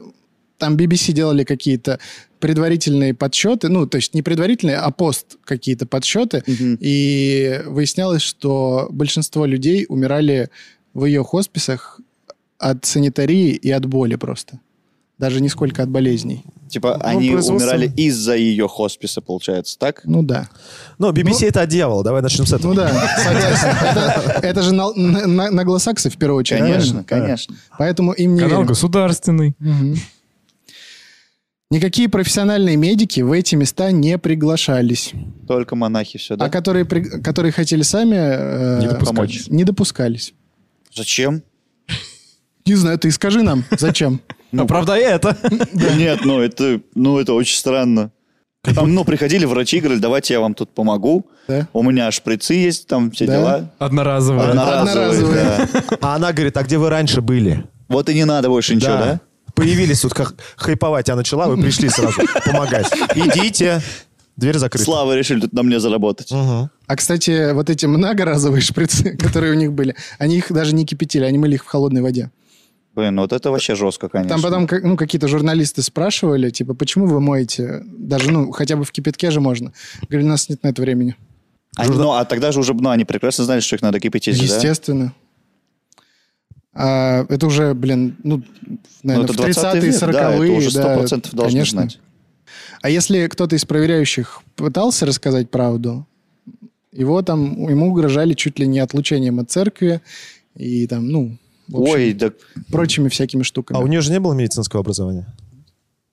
S1: Там BBC делали какие-то предварительные подсчеты, ну, то есть не предварительные, а пост какие-то подсчеты,
S2: Мгм.
S1: и выяснялось, что большинство людей умирали в ее хосписах от санитарии и от боли просто. Даже не сколько от болезней.
S2: Типа,
S3: Ну,
S2: они
S3: производство.
S2: умирали из-за ее хосписа, получается, так?
S1: Ну да.
S3: Ну, BBC это дьявол, давай начнем с этого.
S1: Ну да, согласен. Это- Это же на, на, на глосаксы в первую очередь.
S2: Конечно,
S1: правильно?
S2: конечно.
S1: Поэтому им не
S4: Канал
S1: верим.
S4: государственный.
S1: Мгм. Никакие профессиональные медики в эти места не приглашались,
S2: Только монахи все, да?
S1: а которые, при- которые хотели сами э,
S4: Не допускались.
S1: помочь, не допускались.
S2: Зачем?
S1: Не знаю, ты скажи нам, зачем?
S4: Оправдай это.
S2: Нет, ну это, ну это очень странно. Там, ну, приходили врачи, говорили, давайте я вам тут помогу.
S1: Да.
S2: У меня шприцы есть, там все
S1: Да.
S2: дела.
S4: Одноразовое.
S2: Одноразовые,
S1: Одноразовые.
S2: да.
S3: А она говорит, а где вы раньше были?
S2: Вот и не надо больше ничего, да?
S3: Появились тут, как хайповать я начала, вы пришли сразу помогать. Идите. Дверь закрыта.
S2: Слава решили тут на мне заработать.
S3: Мгм.
S1: А, кстати, вот эти многоразовые шприцы, которые у них были, они их даже не кипятили, они мыли их в холодной воде.
S2: Блин, вот это вообще жестко, конечно.
S1: Там потом как- ну, какие-то журналисты спрашивали, типа, почему вы моете? Даже, ну, хотя бы в кипятке же можно. Говорили, у нас нет на это времени.
S2: Они- ну, а тогда же уже, ну, они прекрасно знали, что их надо кипятить, же, да?
S1: Естественно. А, это уже, блин, ну, наверное,
S2: это
S1: в
S2: 20
S1: 30-е,
S2: век, да,
S1: 40-е.
S2: это уже
S1: да,
S2: 100% должны
S1: конечно.
S2: знать.
S1: А если кто-то из проверяющих пытался рассказать правду, его там, ему угрожали чуть ли не отлучением от церкви и там, ну, в общем,
S2: Ой, да
S1: прочими всякими штуками.
S3: А у нее же не было медицинского образования?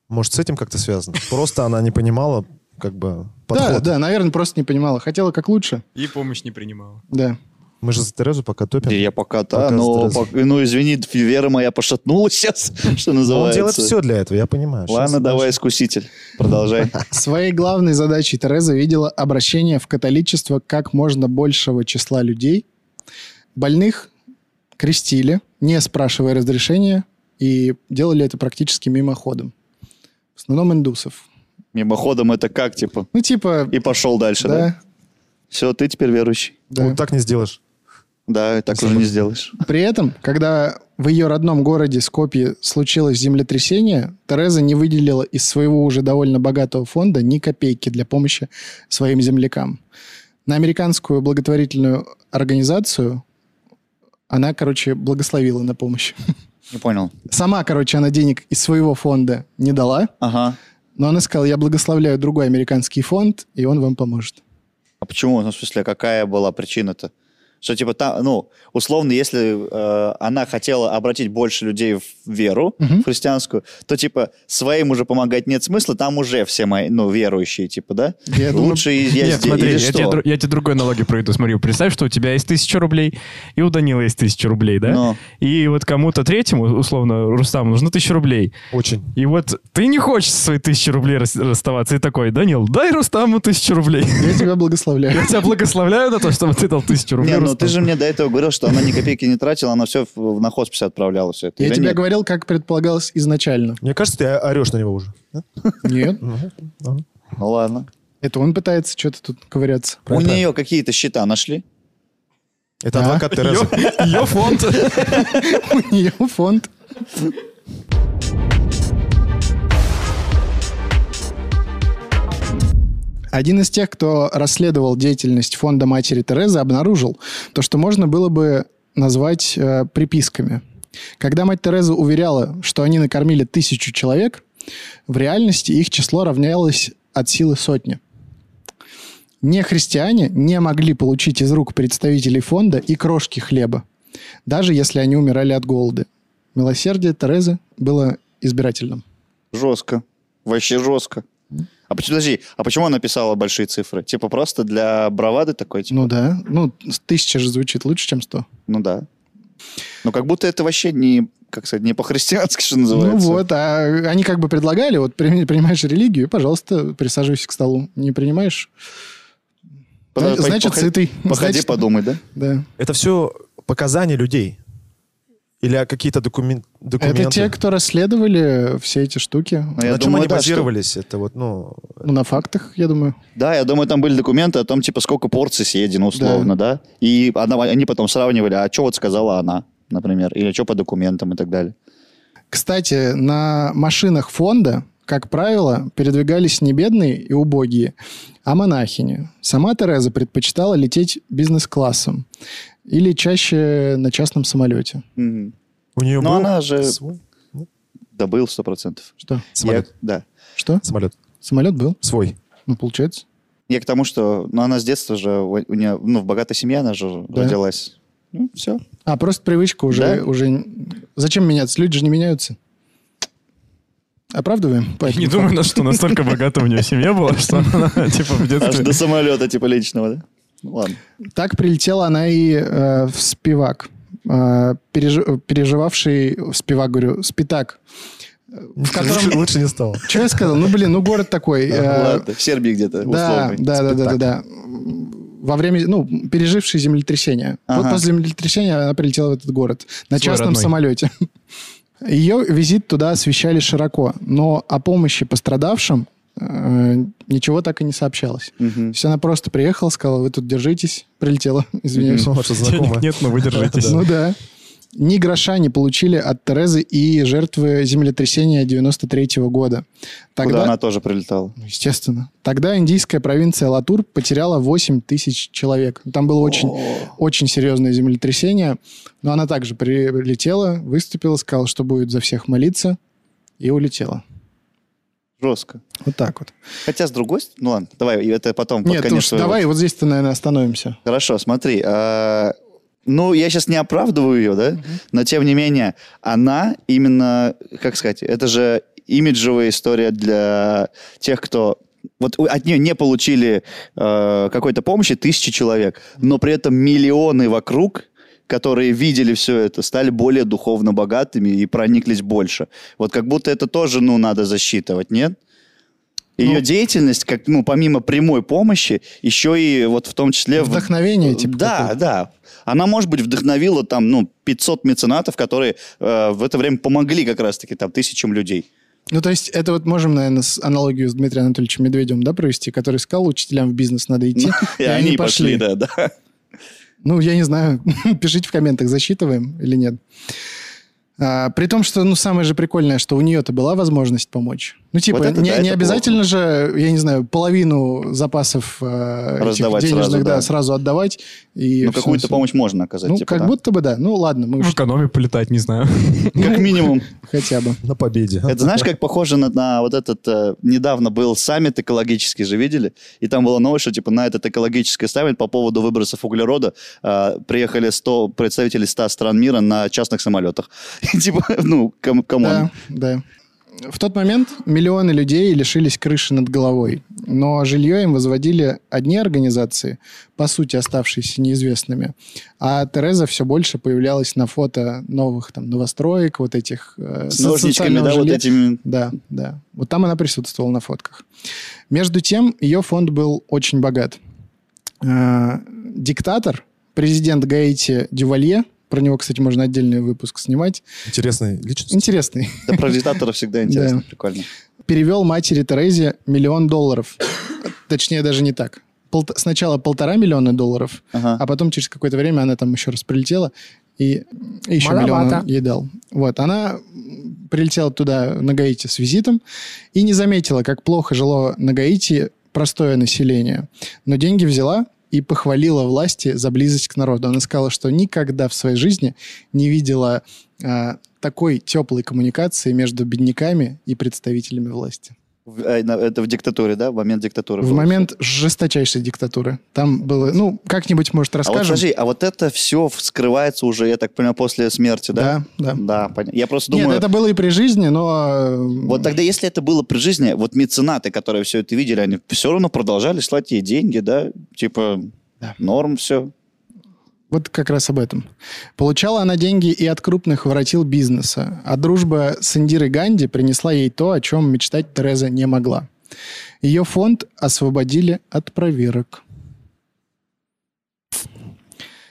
S3: Может, с этим как-то связано? Просто она не понимала, как бы,
S1: да,
S3: подход.
S1: да, наверное, просто не понимала. Хотела как лучше,
S4: И помощь не принимала.
S1: да.
S3: Мы же за Терезу пока топим.
S2: Я пока, да,
S3: Пока
S2: но,
S3: стресс.
S2: пок- ну, извини, вера моя пошатнулась сейчас, что
S3: Но А Он
S2: называется.
S3: делает все для этого, я понимаю. Щас
S2: Ладно, давай, искуситель, продолжай.
S1: Своей главной задачей Тереза видела обращение в католичество как можно большего числа людей. Больных крестили, не спрашивая разрешения, и делали это практически мимоходом. В основном индусов.
S2: Мимоходом это как, типа?
S1: Ну, типа...
S2: И пошел дальше, да?
S1: да,
S2: Все, ты теперь верующий.
S1: да.
S3: Вот так не сделаешь.
S2: Да, так уже не сделаешь.
S1: При этом, когда в ее родном городе Скопье случилось землетрясение, Тереза не выделила из своего уже довольно богатого фонда ни копейки для помощи своим землякам. На американскую благотворительную организацию она, короче, благословила на помощь.
S2: Не понял.
S1: Сама, короче, она денег из своего фонда не дала,
S2: Ага.
S1: Но она сказала, я благословляю другой американский фонд, и он вам поможет.
S2: А почему? Ну, в смысле, а какая была причина-то? Что, типа, там, ну, условно, если э, она хотела обратить больше людей в веру в христианскую, то, типа, своим уже помогать нет смысла, там уже все мои, ну, верующие, типа, да?
S1: Я думаю-
S2: Лучше и я
S4: Нет,
S2: здесь,
S4: смотри,
S2: или
S4: я
S2: что?
S4: тебе, дру- я тебе другой аналогию проведу. Смотри, представь, что у тебя есть тысяча рублей, и у Данила есть тысяча рублей, да?
S2: Ну.
S4: И вот кому-то третьему, условно, Рустаму, нужно тысяча рублей.
S3: Очень.
S4: И вот ты не хочешь свои тысячи рублей рас- расставаться, и такой, Данил, дай Рустаму тысячу рублей.
S1: Я тебя
S4: Я
S1: благословляю.
S4: тебя благословляю на то, чтобы ты дал тысячу рублей
S2: Не, ну
S4: Рустаму.
S2: ты же мне до этого говорил, что она ни копейки не тратила, она все в- на хосписе отправляла все это.
S1: Я
S2: или
S1: тебе
S2: нет?
S1: говорил, как предполагалось изначально.
S3: Мне кажется, ты орешь на него уже. да?
S1: Нет,
S2: Ну ладно.
S1: это он пытается что-то тут ковыряться.
S2: У нее какие-то счета нашли?
S3: Это
S2: А?
S1: Да.
S3: адвокат Терезы.
S4: Ее- Ее фонд.
S1: У нее фонд. Один из тех, кто расследовал деятельность фонда матери Терезы, обнаружил то, что можно было бы назвать э, приписками. Когда мать Тереза уверяла, что они накормили тысячу человек, в реальности их число равнялось от силы сотни. Не христиане не могли получить из рук представителей фонда и крошки хлеба, даже если они умирали от голода. Милосердие Терезы было избирательным.
S2: Жестко. Вообще жестко. А почему, подожди, а почему она писала большие цифры? Типа просто для бравады такой? Типа?
S1: Ну да, ну тысяча же звучит лучше, чем сто.
S2: Ну да. Ну как будто это вообще не, как сказать, не по-христиански, что называется.
S1: Ну вот, а они как бы предлагали, вот при- принимаешь религию, пожалуйста, присаживайся к столу. Не принимаешь?
S2: Подо-
S1: Зна-
S2: по-
S1: значит,
S2: походи-
S1: сытый.
S2: Походи,
S1: Значит,
S2: подумай, да?
S1: Да.
S3: Это все показания людей? Или какие-то докумен- документы?
S1: Это те, кто расследовали все эти штуки.
S2: Ну, я
S3: На чем
S2: думаю,
S3: они
S2: да, что-
S3: базировались? Это вот, ну...
S1: Ну, на фактах, я думаю.
S2: Да, я думаю, там были документы о том, типа, сколько порций съедено условно, да? И она- они потом сравнивали, а что вот сказала она, например, или что по документам и так далее.
S1: Кстати, на машинах фонда, как правило, передвигались не бедные и убогие, а монахини. Сама Тереза предпочитала лететь бизнес-классом или чаще на частном самолете.
S2: Мгм.
S3: У нее
S2: Ну,
S3: был
S2: она же-
S3: свой
S2: Добыл сто процентов.
S1: Что?
S3: самолет.
S2: Я- да.
S1: Что?
S3: Самолет.
S1: Самолет был?
S3: Свой.
S1: Ну, получается.
S2: Я к тому, что ну, она с детства же, у у нее, ну, в богатой семье она же
S1: Да.
S2: родилась. Ну, все.
S1: А, просто привычка уже,
S2: Да?
S1: уже... Зачем меняться? Люди же не меняются. Оправдываем? Поэтому-
S4: Не думаю, на что настолько богата у нее семья была, что она, типа, в
S2: Аж
S4: детстве...
S2: до самолета, типа, личного, да? Ну, ладно.
S1: Так прилетела она и э, в Спивак. Э, пережи- переживавший в Спивак, говорю, Спитак. В котором...
S3: Лучше, лучше не стало.
S1: Что я сказал? Ну, блин, ну город такой. э,
S2: Ладно, в Сербии где-то,
S1: Да,
S2: условный.
S1: да, да, да, да, да. Во время, ну, переживший землетрясение. Вот
S2: Ага.
S1: после землетрясения она прилетела в этот город на
S4: Свой
S1: частном
S4: родной.
S1: самолете. Ее визит туда освещали широко, но о помощи пострадавшим э, ничего так и не сообщалось. То
S2: Мгм.
S1: есть она просто приехала, сказала, вы тут держитесь, прилетела, извиняюсь.
S3: Ну, что знакомое.
S4: Денег нет, но вы держитесь.
S1: Ну да. Ни гроша не получили от Терезы и жертвы землетрясения 93 года.
S2: Куда она тоже прилетала.
S1: Ну, Естественно. Тогда индийская провинция Латур потеряла 8 тысяч человек. Там было очень, очень серьезное землетрясение. Но она также прилетела, выступила, сказала, что будет за всех молиться, и улетела.
S2: Жестко.
S1: Вот так вот.
S2: Хотя с другой стороны... Ну ладно, давай, и это потом под
S1: Нет,
S2: конец
S1: уж
S2: своего.
S1: давай вот здесь-то, наверное, остановимся.
S2: Хорошо, смотри. а, Ну, я сейчас не оправдываю ее, да? Но, тем не менее, она именно, как сказать, это же имиджевая история для тех, кто... Вот у- от нее не получили э, какой-то помощи тысячи человек, но при этом миллионы вокруг, которые видели все это, стали более духовно богатыми и прониклись больше. Вот как будто это тоже, ну, надо засчитывать, нет? Ее
S1: Ну.
S2: деятельность, как, ну, помимо прямой помощи, еще и вот в том числе... в-
S1: Вдохновение, типа.
S2: Э, да,
S1: какое-то.
S2: да. Она, может быть, вдохновила там, ну, 500 меценатов, которые э, в это время помогли как раз-таки там тысячам людей.
S1: Ну, то есть, это вот можем, наверное, с аналогию с Дмитрием Анатольевичем Медведевым, да, провести, который сказал, учителям в бизнес надо идти,
S2: И, они пошли, да, да.
S1: Ну, я не знаю. Пишите в комментах, засчитываем или нет. А, при том, что, ну, самое же прикольное, что у нее-то была возможность помочь. Ну, типа,
S2: Вот это
S1: не,
S2: да,
S1: не
S2: это
S1: обязательно же, я не знаю, половину запасов э, этих
S2: Раздавать
S1: денежных,
S2: сразу,
S1: да,
S2: да.
S1: сразу отдавать. И
S2: Ну,
S1: всё,
S2: какую-то
S1: всё.
S2: помощь можно оказать.
S1: Ну,
S2: типа,
S1: как
S2: да.
S1: будто бы да. Ну, ладно, мы
S4: В
S1: уж...
S4: экономе полетать, не знаю.
S2: Как минимум.
S1: Хотя бы.
S3: На победе.
S2: Это знаешь, как похоже на, на вот этот... э, недавно был саммит экологический же, видели? И там была новость, что типа на этот экологический саммит по поводу выбросов углерода э, приехали 100 представители 100 стран мира на частных самолетах. И типа, ну, кам- камон.
S1: Да, да. В тот момент миллионы людей лишились крыши над головой, но жилье им возводили одни организации, по сути оставшиеся неизвестными, а Тереза все больше появлялась на фото новых там новостроек, вот этих э,
S2: С
S1: со-
S2: ножничками,
S1: социального
S2: да, вот
S1: жилья.
S2: этими...
S1: Да, да. Вот там она присутствовала на фотках. Между тем, ее фонд был очень богат. Э, Диктатор, президент Гаити Дювалье, про него, кстати, можно отдельный выпуск снимать,
S3: Интересная личность.
S1: интересный,
S2: Да, про диктатора всегда интересно,
S1: Да.
S2: прикольно.
S1: перевел матери Терезе миллион долларов. Точнее, даже не так. Полт- Сначала полтора миллиона долларов,
S2: Ага.
S1: а потом через какое-то время она там еще раз прилетела и и еще
S3: Маловато.
S1: миллион он ей дал. Вот, она м, прилетела туда на Гаити с визитом и не заметила, как плохо жило на Гаити простое население. Но деньги взяла и похвалила власти за близость к народу. Она сказала, что никогда в своей жизни не видела а, такой теплой коммуникации между бедняками и представителями власти.
S2: В- э, на- Это в диктатуре, да? В момент диктатуры.
S1: В
S2: было.
S1: момент жесточайшей диктатуры. Там было... Ну, как-нибудь, может,
S2: А вот
S1: расскажем.
S2: скажи, а вот это все вскрывается уже, я так понимаю, после смерти, да?
S1: да, да.
S2: Да, понятно. Я просто думаю...
S1: Нет, это было и при жизни, но... э,
S2: Вот тогда, если это было при жизни, вот меценаты, которые все это видели, они все равно продолжали слать ей деньги, да? Типа,
S1: Да.
S2: норм все.
S1: Вот как раз об этом. Получала она деньги и от крупных воротил бизнеса, а дружба с Индирой Ганди принесла ей то, о чем мечтать Тереза не могла. Ее фонд освободили от проверок.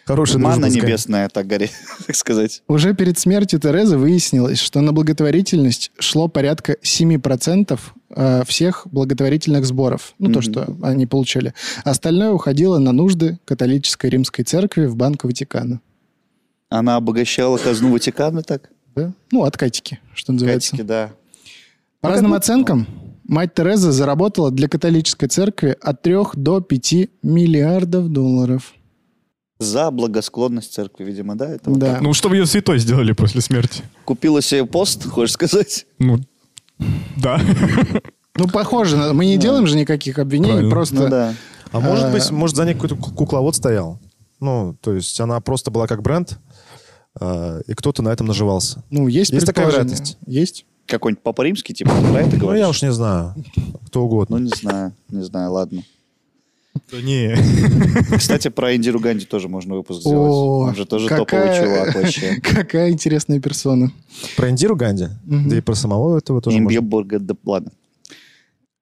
S3: Хорошая
S2: Манна
S3: дружба, скорее.
S2: небесная, так горе, так сказать.
S1: Уже перед смертью Терезы выяснилось, что на благотворительность шло порядка 7% э, всех благотворительных сборов, ну то,
S2: Мгм.
S1: что они получали. Остальное уходило на нужды католической римской церкви в Банк Ватикана.
S2: Она обогащала казну Ватикана так?
S1: Да? Ну, откатики, что называется.
S2: Катики, да.
S1: По
S2: Ну,
S1: разным
S2: как бы-
S1: оценкам, мать Тереза заработала для католической церкви от 3 до 5 миллиардов долларов.
S2: За благосклонность церкви, видимо, да? Это вот
S1: Да.
S4: Ну, чтобы ее святой сделали после смерти.
S2: так. Купила себе пост, хочешь сказать?
S4: Ну, да.
S1: Ну, похоже, на- мы не делаем же никаких обвинений,
S4: Правильно.
S1: просто...
S2: Ну да.
S3: А может
S1: А-
S3: быть, может, за ней какой-то ку- кукловод стоял? Ну, то есть она просто была как бренд, а, и кто-то на этом наживался.
S1: Ну, есть
S3: Есть такая
S1: предположение.
S3: вероятность?
S1: Есть.
S2: Какой-нибудь папа римский, типа, ты про это
S3: Ну, я
S2: говоришь?
S3: уж не знаю. Кто
S2: Ну,
S3: угодно.
S2: не знаю, не знаю, ладно.
S4: Не.
S2: Кстати, про Индиру Ганди тоже можно выпуск сделать.
S1: О,
S2: Он же тоже топовый
S1: какая-
S2: чувак вообще.
S1: Какая интересная персона.
S3: Про Индиру Ганди,
S1: Мгм.
S3: да и про самого этого тоже можно.
S2: Имбебурга, да ладно.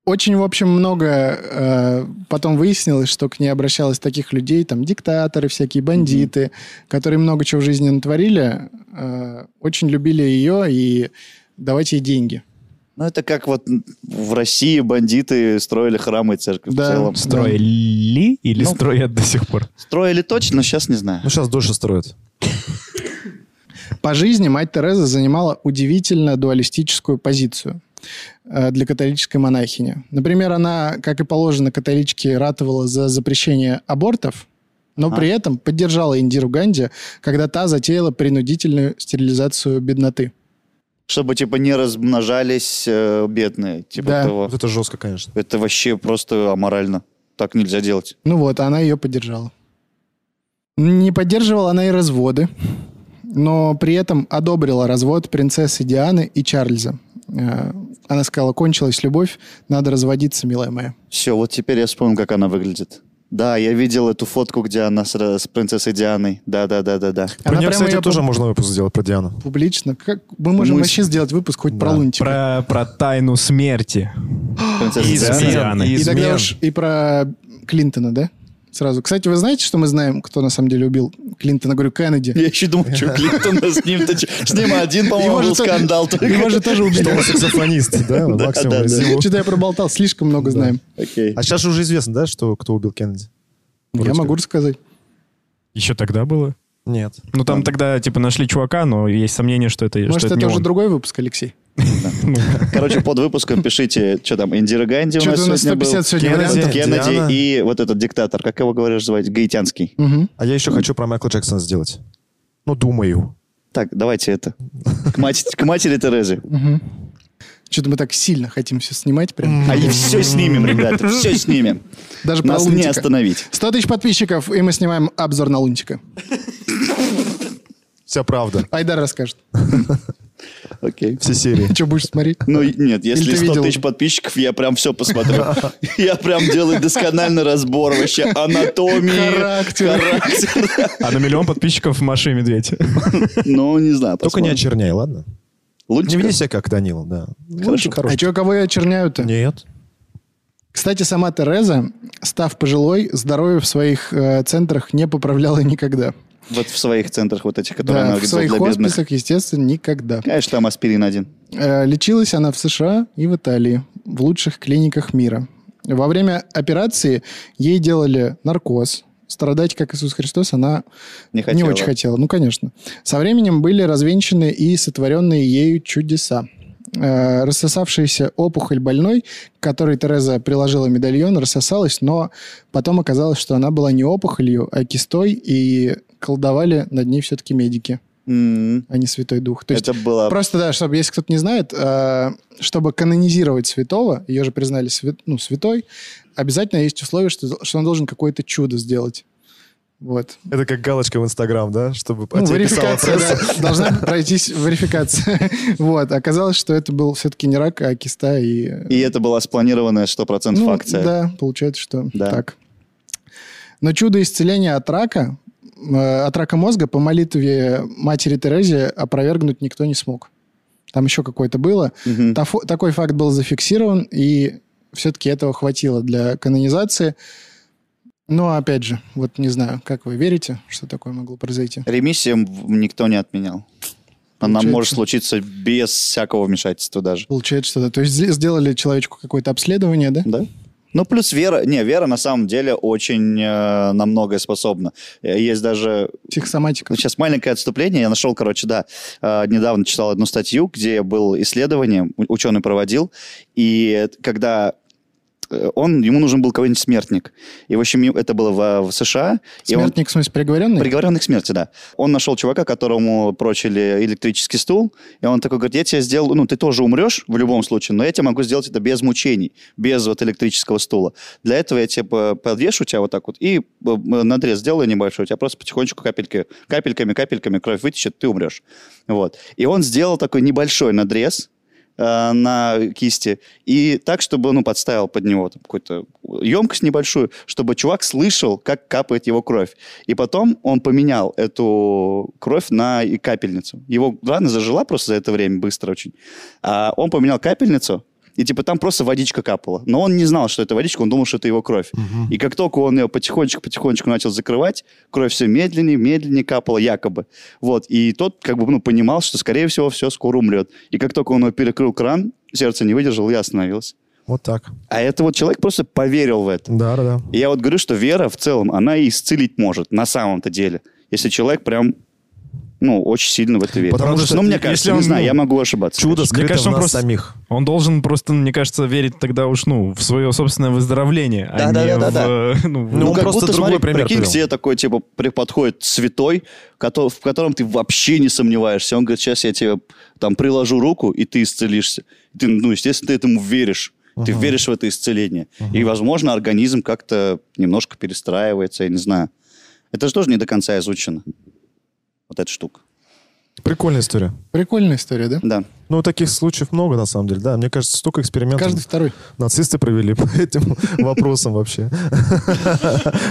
S1: Очень, в общем, много э, потом выяснилось, что к ней обращалось таких людей, там, диктаторы, всякие бандиты, которые много чего в жизни натворили, э, очень любили ее и давать ей деньги.
S2: Ну, это как вот в России бандиты строили храмы и церкви
S1: Да.
S2: в целом.
S4: Строили или
S2: Ну.
S4: строят до сих пор?
S2: Строили точно, но сейчас не знаю.
S3: Ну, сейчас дольше строят.
S1: По жизни мать Тереза занимала удивительно дуалистическую позицию э, для католической монахини. Например, она, как и положено католичке, ратовала за запрещение абортов, но
S2: Ага.
S1: при этом поддержала Индиру Ганди, когда та затеяла принудительную стерилизацию бедноты.
S2: Чтобы, типа, не размножались э, бедные. Типа
S1: Да.
S2: того.
S3: Вот это жестко, конечно.
S2: Это вообще просто аморально. Так нельзя делать.
S1: Ну вот, а она ее поддержала. Не поддерживала она и разводы, но при этом одобрила развод принцессы Дианы и Чарльза. Э, Она сказала, кончилась любовь, надо разводиться, милая моя.
S2: Все, вот теперь я вспомнил, как она выглядит. Да, я видел эту фотку, где она с, с принцессой Дианой. Да-да-да-да-да.
S3: Про
S1: Она
S3: нее,
S1: прямо
S3: кстати,
S1: её
S3: тоже можно выпуск сделать, про Диану.
S1: публично. Как мы можем
S2: Мы с-
S1: вообще сделать выпуск хоть
S3: Да.
S1: про Лунтика?
S4: Про, про тайну смерти.
S2: Принцесса
S4: Измен.
S2: Диана.
S4: Дианы.
S1: И
S3: измен.
S1: тогда уж и про Клинтона, да? Сразу. Кстати, вы знаете, что мы знаем, кто на самом деле убил Клинтона? Говорю, Кеннеди.
S2: Я еще думал, что Клинтона с ним-то... чё? С ним один, по-моему,
S1: Его же
S2: был
S1: тоже-
S2: скандал. только.
S1: Его же тоже убили.
S3: Что он саксофонист,
S2: Да,
S3: да? Максимум.
S2: да, да.
S3: из его.
S1: Что-то я проболтал, слишком много знаем.
S2: Окей.
S3: А сейчас же уже известно, да, что кто убил Кеннеди?
S1: Я могу рассказать.
S4: Еще тогда было?
S3: Нет.
S4: Ну, там тогда, типа, нашли чувака, но есть сомнение, что это,
S1: Может,
S4: что это,
S1: это
S4: не
S1: уже
S4: он.
S1: другой выпуск, Алексей?
S2: А, Короче, под выпуском пишите, что там, Индира Ганди у
S1: Что-то
S2: нас
S1: у нас
S2: сегодня был.
S1: 150 сегодня
S3: Кеннеди.
S1: вариантов.
S2: Кеннеди
S3: Диана.
S2: и вот этот диктатор, как его говоришь звать, гаитянский.
S1: Мгм.
S3: А я еще хочу про Майкла Джексона сделать. Ну, думаю.
S2: Так, давайте это. К матери, к матери Терезы.
S1: Что-то мы так сильно хотим все снимать прям.
S2: А и все снимем, ребята, все снимем.
S1: Даже про
S2: Нас не
S1: Лунтика.
S2: остановить.
S1: 100 тысяч подписчиков, и мы снимаем обзор на Лунтика.
S3: Вся правда.
S1: Айдар расскажет.
S2: Окей.
S3: Все серии.
S1: Что будешь смотреть?
S2: Ну, и- нет, если
S1: ты
S2: 100
S1: видел?
S2: тысяч подписчиков, я прям все посмотрю. Я прям делаю доскональный разбор вообще анатомии,
S1: Характер.
S2: характера.
S4: А на миллион подписчиков Маша и Медведь.
S2: Ну, не знаю,
S3: Только не
S2: посмотрим.
S3: очерняй, ладно? Не
S2: Лунтика?
S3: веди себя как Данила, да.
S2: Хорошо.
S3: Лунтик
S1: А
S3: хороший.
S1: чё, кого я очерняю-то?
S3: Нет.
S1: Кстати, сама Тереза, став пожилой, здоровье в своих э, центрах не поправляла никогда.
S2: Вот в своих центрах вот этих, которые
S1: Да,
S2: она
S1: в
S2: говорит,
S1: своих
S2: для бедных.
S1: хосписах, естественно, никогда.
S2: Конечно, там аспирин один.
S1: Э, Лечилась она в США и в Италии, в лучших клиниках мира. Во время операции ей делали наркоз. Страдать, как Иисус Христос, она
S2: Не
S1: не
S2: хотела.
S1: очень хотела. Ну, конечно. Со временем были развенчаны и сотворенные ею чудеса. Э, Рассосавшаяся опухоль больной, к которой Тереза приложила медальон, рассосалась, но потом оказалось, что она была не опухолью, а кистой, и колдовали над ней все-таки медики,
S2: М,
S1: а не Святой Дух. То есть
S2: М-м. Это было...
S1: Просто, да, чтобы, если кто-то не знает, э, чтобы канонизировать святого, ее же признали свят- ну, святой, обязательно есть условие, что, что он должен какое-то чудо сделать. Вот.
S3: Это как галочка в Инстаграм, да? Чтобы о
S1: Ну,
S3: тебе писала
S1: верификация,
S3: пресса.
S1: да. Должна пройтись верификация. Вот. Оказалось, что это был все-таки не рак, а киста и... э,
S2: И это была спланированная 100%
S1: ну,
S2: факция.
S1: Да, получается, что
S2: Да.
S1: так. Но чудо исцеления от рака, э, от рака мозга по молитве матери Терезе опровергнуть никто не смог. Там еще какое-то было.
S2: Мгм.
S1: Тафо- такой факт был зафиксирован, и все-таки этого хватило для канонизации. Но, опять же, вот не знаю, как вы верите, что такое могло произойти.
S2: Ремиссию в- никто не отменял. Она
S1: Получается.
S2: может случиться без всякого вмешательства даже.
S1: Получается, что да. То есть зе- сделали человечку какое-то обследование, да?
S2: Да. Ну, плюс вера... Не, вера на самом деле очень э, на многое способна. Э, Есть даже
S1: Психосоматика.
S2: Ну, Сейчас маленькое отступление. Я нашел, короче, да, э, недавно читал одну статью, где было исследование, у- ученый проводил, и когда э, он, ему нужен был какой-нибудь смертник. И, в общем, е- это было в, в США. и он-
S1: Смертник, в смысле, приговоренный?
S2: Приговоренный к смерти, да. Он нашел чувака, которому прочили электрический стул, и он такой говорит, я тебе сделаю, ну, ты тоже умрешь в любом случае, но я тебе могу сделать это без мучений, без вот электрического стула. Для этого я тебе по- подвешу тебя вот так вот и э, надрез сделаю небольшой, у тебя просто потихонечку капельки, капельками, капельками кровь вытечет, ты умрешь. Вот. И он сделал такой небольшой надрез, э, на кисти, и так, чтобы, ну, подставил под него там какую-то емкость небольшую, чтобы чувак слышал, как капает его кровь. И потом он поменял эту кровь на и капельницу. Его рана зажила просто за это время быстро очень. А он поменял капельницу, и типа там просто водичка капала. Но он не знал, что это водичка, он думал, что это его кровь. И как только он ее потихонечку-потихонечку начал закрывать, кровь все медленнее, медленнее капала якобы. Вот. И тот как бы ну, понимал, что, скорее всего, все скоро умрет. И как только он его перекрыл кран, сердце не выдержало и остановилось.
S3: Вот так.
S2: А это вот человек просто поверил в это.
S3: Да, да, да.
S2: И я вот говорю, что вера в целом, она и исцелить может на самом-то деле. Если человек прям, ну, очень сильно в это верит.
S3: Потому что
S2: ну, мне
S4: если
S2: кажется,
S4: он,
S2: не знаю,
S4: ну,
S2: я могу ошибаться.
S3: Чудо
S4: Мне
S3: скрыто
S4: кажется,
S3: в
S4: он
S3: нас
S4: просто-
S3: самих.
S4: Он должен просто, ну, мне кажется, верить тогда уж, ну, в свое собственное выздоровление, а не
S2: Да-да-да-да-да.
S4: в... э, ну, в-
S3: Ну, он
S2: как
S3: просто
S2: будто,
S3: другой
S2: смотри,
S3: пример
S2: прикинь,
S3: привел.
S2: тебе такой, типа, при- подходит святой, кото- в котором ты вообще не сомневаешься. Он говорит, сейчас я тебе там приложу руку, и ты исцелишься. Ты, ну, естественно, ты этому веришь. Ты веришь в это исцеление. И, возможно, организм как-то немножко перестраивается, я не знаю. Это же тоже не до конца изучено. Вот эта штука.
S3: Прикольная история.
S1: Прикольная история, да?
S2: Да.
S3: Ну, таких случаев много, на самом деле, да. Мне кажется, столько экспериментов
S1: Каждый второй.
S3: нацисты провели по этим вопросам вообще.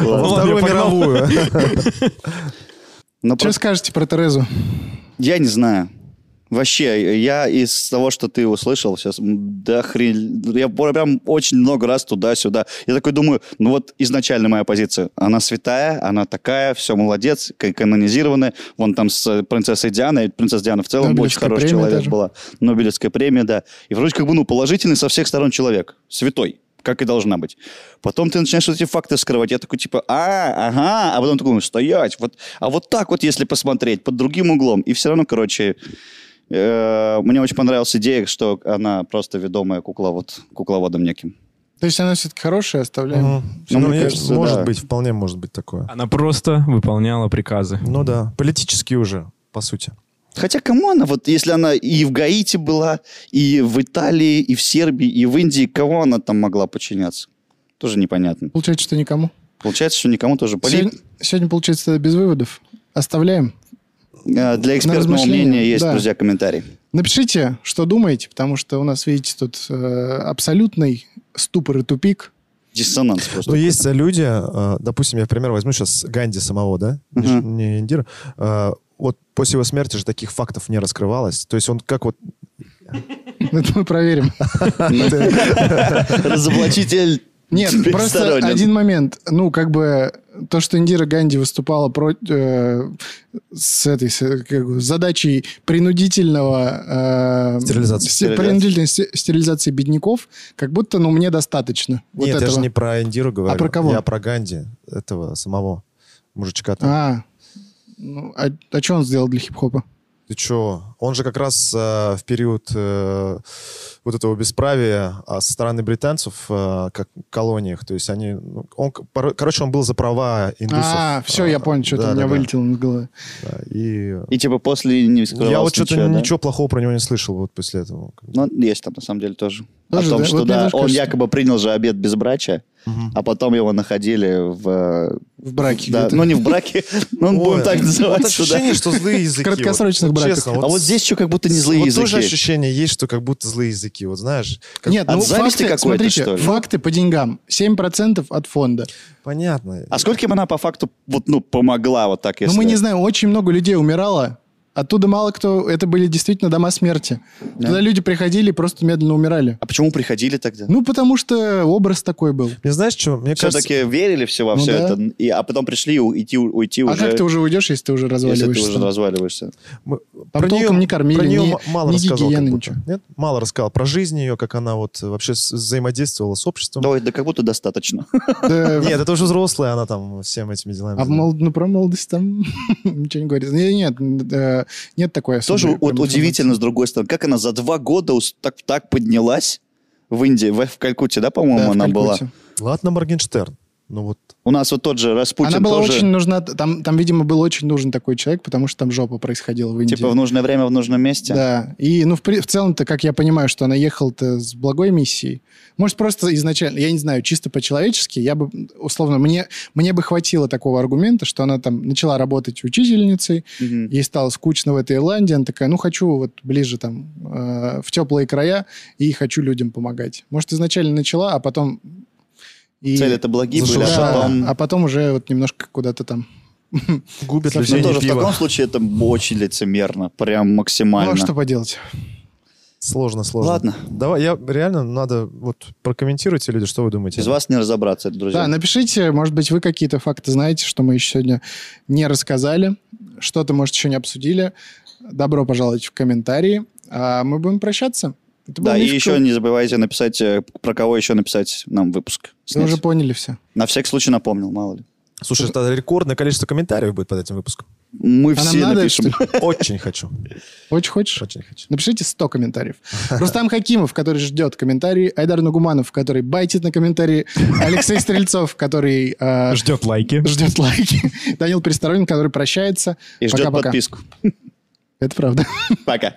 S2: Ну,
S3: Во
S4: Ладно, я
S3: Вторую
S4: погнал.
S3: мировую.
S2: Но
S1: Что скажете про Терезу?
S2: Я не знаю. Вообще, я из того, что ты услышал сейчас, м, да хрень, я пор- прям очень много раз туда-сюда. Я такой думаю, ну вот изначально моя позиция, она святая, она такая, все молодец, к- канонизированная. Вон там с э, принцессой Дианой, принцесса Диана в целом очень
S1: Нобелевская
S2: хороший
S1: премия
S2: человек
S1: даже.
S2: была. Нобелевская премия, да. И вроде как бы, ну, положительный со всех сторон человек, святой как и должна быть. Потом ты начинаешь вот эти факты скрывать. Я такой, типа, а, ага, а потом такой, «Ну, стоять, вот, а вот так вот, если посмотреть, под другим углом. И все равно, короче, э, мне очень понравилась идея, что она просто ведомая кукловод, кукловодом неким.
S1: То есть она все-таки хорошая, оставляем.
S3: Мгм.
S2: Ну,
S3: Ну,
S2: мне
S3: я-
S2: кажется, да.
S3: Может быть, вполне может быть такое.
S4: Она просто выполняла приказы.
S3: Ну да, политически уже, по сути.
S2: Хотя, кому она, вот если она и в Гаити была, и в Италии, и в Сербии, и в Индии, кого она там могла подчиняться? Тоже непонятно.
S1: Получается, что никому.
S2: Получается, что никому тоже. Поли-
S1: Сегодня, сегодня, получается, без выводов. Оставляем.
S2: э, Для экспертного
S1: размышление,
S2: мнения есть,
S1: да.
S2: друзья, комментарий.
S1: Напишите, что думаете, потому что у нас, видите, тут э, абсолютный ступор и тупик.
S2: Диссонанс просто.
S3: Но есть э, люди, э, допустим, я в пример возьму сейчас Ганди самого, да, не ш-
S2: Мгм.
S3: не Индира. Э, Вот после его смерти же таких фактов не раскрывалось. То есть он как вот...
S1: Это мы проверим.
S2: Разоблачитель
S1: Нет, просто
S2: бесторонен.
S1: один момент. Ну, как бы то, что Индира Ганди выступала про- э, с этой с, э, как бы, задачей принудительного э,
S3: Стерилизации.
S1: сте- принудительной сте- стерилизации бедняков, как будто, ну, мне достаточно. вот
S3: Нет, я
S1: этого. А
S3: же не про Индиру говорю.
S1: про кого?
S3: Я про Ганди, этого самого мужичка. там.
S1: А, ну, а, что он сделал для хип-хопа?
S3: Ты чё? Он же как раз э, в период э, вот этого бесправия а, со стороны британцев, э, как в колониях, то есть они... ну, Он, к- пор- короче, он был за права индусов.
S1: А, все, я понял, что-то
S3: да,
S1: у меня
S3: да, да.
S1: вылетело из головы.
S3: Да, И
S2: И типа после не
S3: я вот
S2: скрывалось
S3: что-то
S2: ничего, да?
S3: ничего плохого про него не слышал вот после этого.
S2: Ну, есть там, на самом деле, тоже.
S1: Тоже,
S2: О том,
S1: да?
S2: что,
S1: Вот мне
S2: да,
S1: тоже
S2: он
S1: кажется.
S2: якобы принял же обед безбрачия, а потом его находили в... э,
S1: В браке
S2: Да,
S1: где-то.
S2: ну, не в браке, но
S3: Ой,
S2: будем так
S3: вот
S2: называть. да.
S3: ощущение, что злые языки. вот,
S1: краткосрочных браках.
S3: честно,
S2: А вот здесь еще как будто не злые
S3: вот
S2: языки.
S3: тоже ощущение есть, что как будто злые языки. Вот знаешь, как-
S1: Нет,
S2: От
S1: ну
S2: зависти
S1: факты,
S2: какой-то,
S1: смотрите,
S2: что ли?
S1: факты по деньгам. 7% от фонда.
S3: понятно.
S2: А сколько им она по факту вот, ну, помогла вот так,
S1: Но
S2: если...
S1: Ну, мы не знаем, очень много людей умирало. Оттуда мало кто... Это были действительно дома смерти. Туда люди приходили и просто медленно умирали.
S2: А почему приходили тогда?
S1: Ну, потому что образ такой был.
S3: Мне знаешь, что? Мне кажется,
S2: Все-таки верили все во
S1: Ну
S2: все
S1: да.
S2: это, и, а потом пришли и уйти, уйти
S1: А
S2: уже,
S1: как ты уже уйдешь, если ты уже
S2: если ты
S1: разваливаешься?
S2: уже разваливаешься.
S3: Мы-
S1: Там толком
S3: неё-
S1: не кормили,
S3: про неё
S1: ни-
S3: м- мало
S1: ни
S3: рассказал.
S1: гигиены,
S3: как будто.
S1: ничего.
S3: Нет, мало рассказал про жизнь ее, как она вот вообще с- взаимодействовала с обществом.
S2: Да, ой, да как будто достаточно.
S1: Да.
S3: Нет, это уже взрослая, она там всем этими делами.
S1: А в молод- ну, про молодость там ничего не говорится. Нет, нет, э, нет такой особой.
S2: Тоже
S1: прям
S2: вот удивительно, с другой стороны, как она за два года ус- так, так поднялась в Индии, в, в Калькутте, да,
S1: информации.
S2: по-моему,
S1: Да, в
S2: она была?
S1: Калькутте.
S3: Ладно, Моргенштерн. Ну вот.
S2: У нас вот тот же Распутин
S1: Она была
S2: тоже,
S1: очень нужна, там, там, видимо, был очень нужен такой человек, потому что там жопа происходила в Индии.
S2: типа, в нужное время, в нужном месте.
S1: Да, и ну в, при- в целом-то, как я понимаю, что она ехала-то с благой миссией. Может, просто изначально, я не знаю, чисто по-человечески, я бы, условно, мне, мне бы хватило такого аргумента, что она там начала работать учительницей,
S2: Мгм.
S1: ей стало скучно в этой Ирландии, она такая, ну, хочу вот ближе там э, в теплые края и хочу людям помогать. Может, изначально начала, а потом... И...
S2: Цели это благие были,
S3: Зашла.
S2: а
S1: Да,
S2: потом...
S1: а потом уже вот немножко куда-то там
S3: Губит
S1: Совсем
S2: Ну,
S3: людей не
S2: тоже в
S3: пиво.
S2: таком случае это очень лицемерно, прям максимально.
S1: Ну, а что поделать?
S3: Сложно, сложно.
S2: Ладно.
S3: Давай, я реально надо вот прокомментируйте, люди, что вы думаете.
S2: Без вас не разобраться, друзья.
S1: Да, напишите, может быть, вы какие-то факты знаете, что мы еще сегодня не рассказали, что-то, может, еще не обсудили. Добро пожаловать в комментарии. А мы будем прощаться. Это был
S2: Да, и
S1: Мишка.
S2: еще не забывайте написать, э, про кого еще написать нам выпуск.
S1: Вы
S2: снять.
S1: Ну, уже поняли все.
S2: На всякий случай напомнил, мало ли.
S3: Слушай, это рекордное количество комментариев будет под этим выпуском.
S2: Мы
S1: А нам
S2: все
S1: надо,
S2: напишем.
S1: что ли?
S3: Очень хочу.
S1: Очень хочешь?
S3: Очень хочу.
S1: Напишите 100 комментариев. Рустам Хакимов, который ждет комментарии. Айдар Нугуманов, который байтит на комментарии. Алексей Стрельцов, который э,
S4: Ждет лайки.
S1: ждет лайки. Данил Пересторонин, который прощается.
S2: И ждет
S1: Пока-пока.
S2: подписку.
S1: Это правда.
S2: Пока.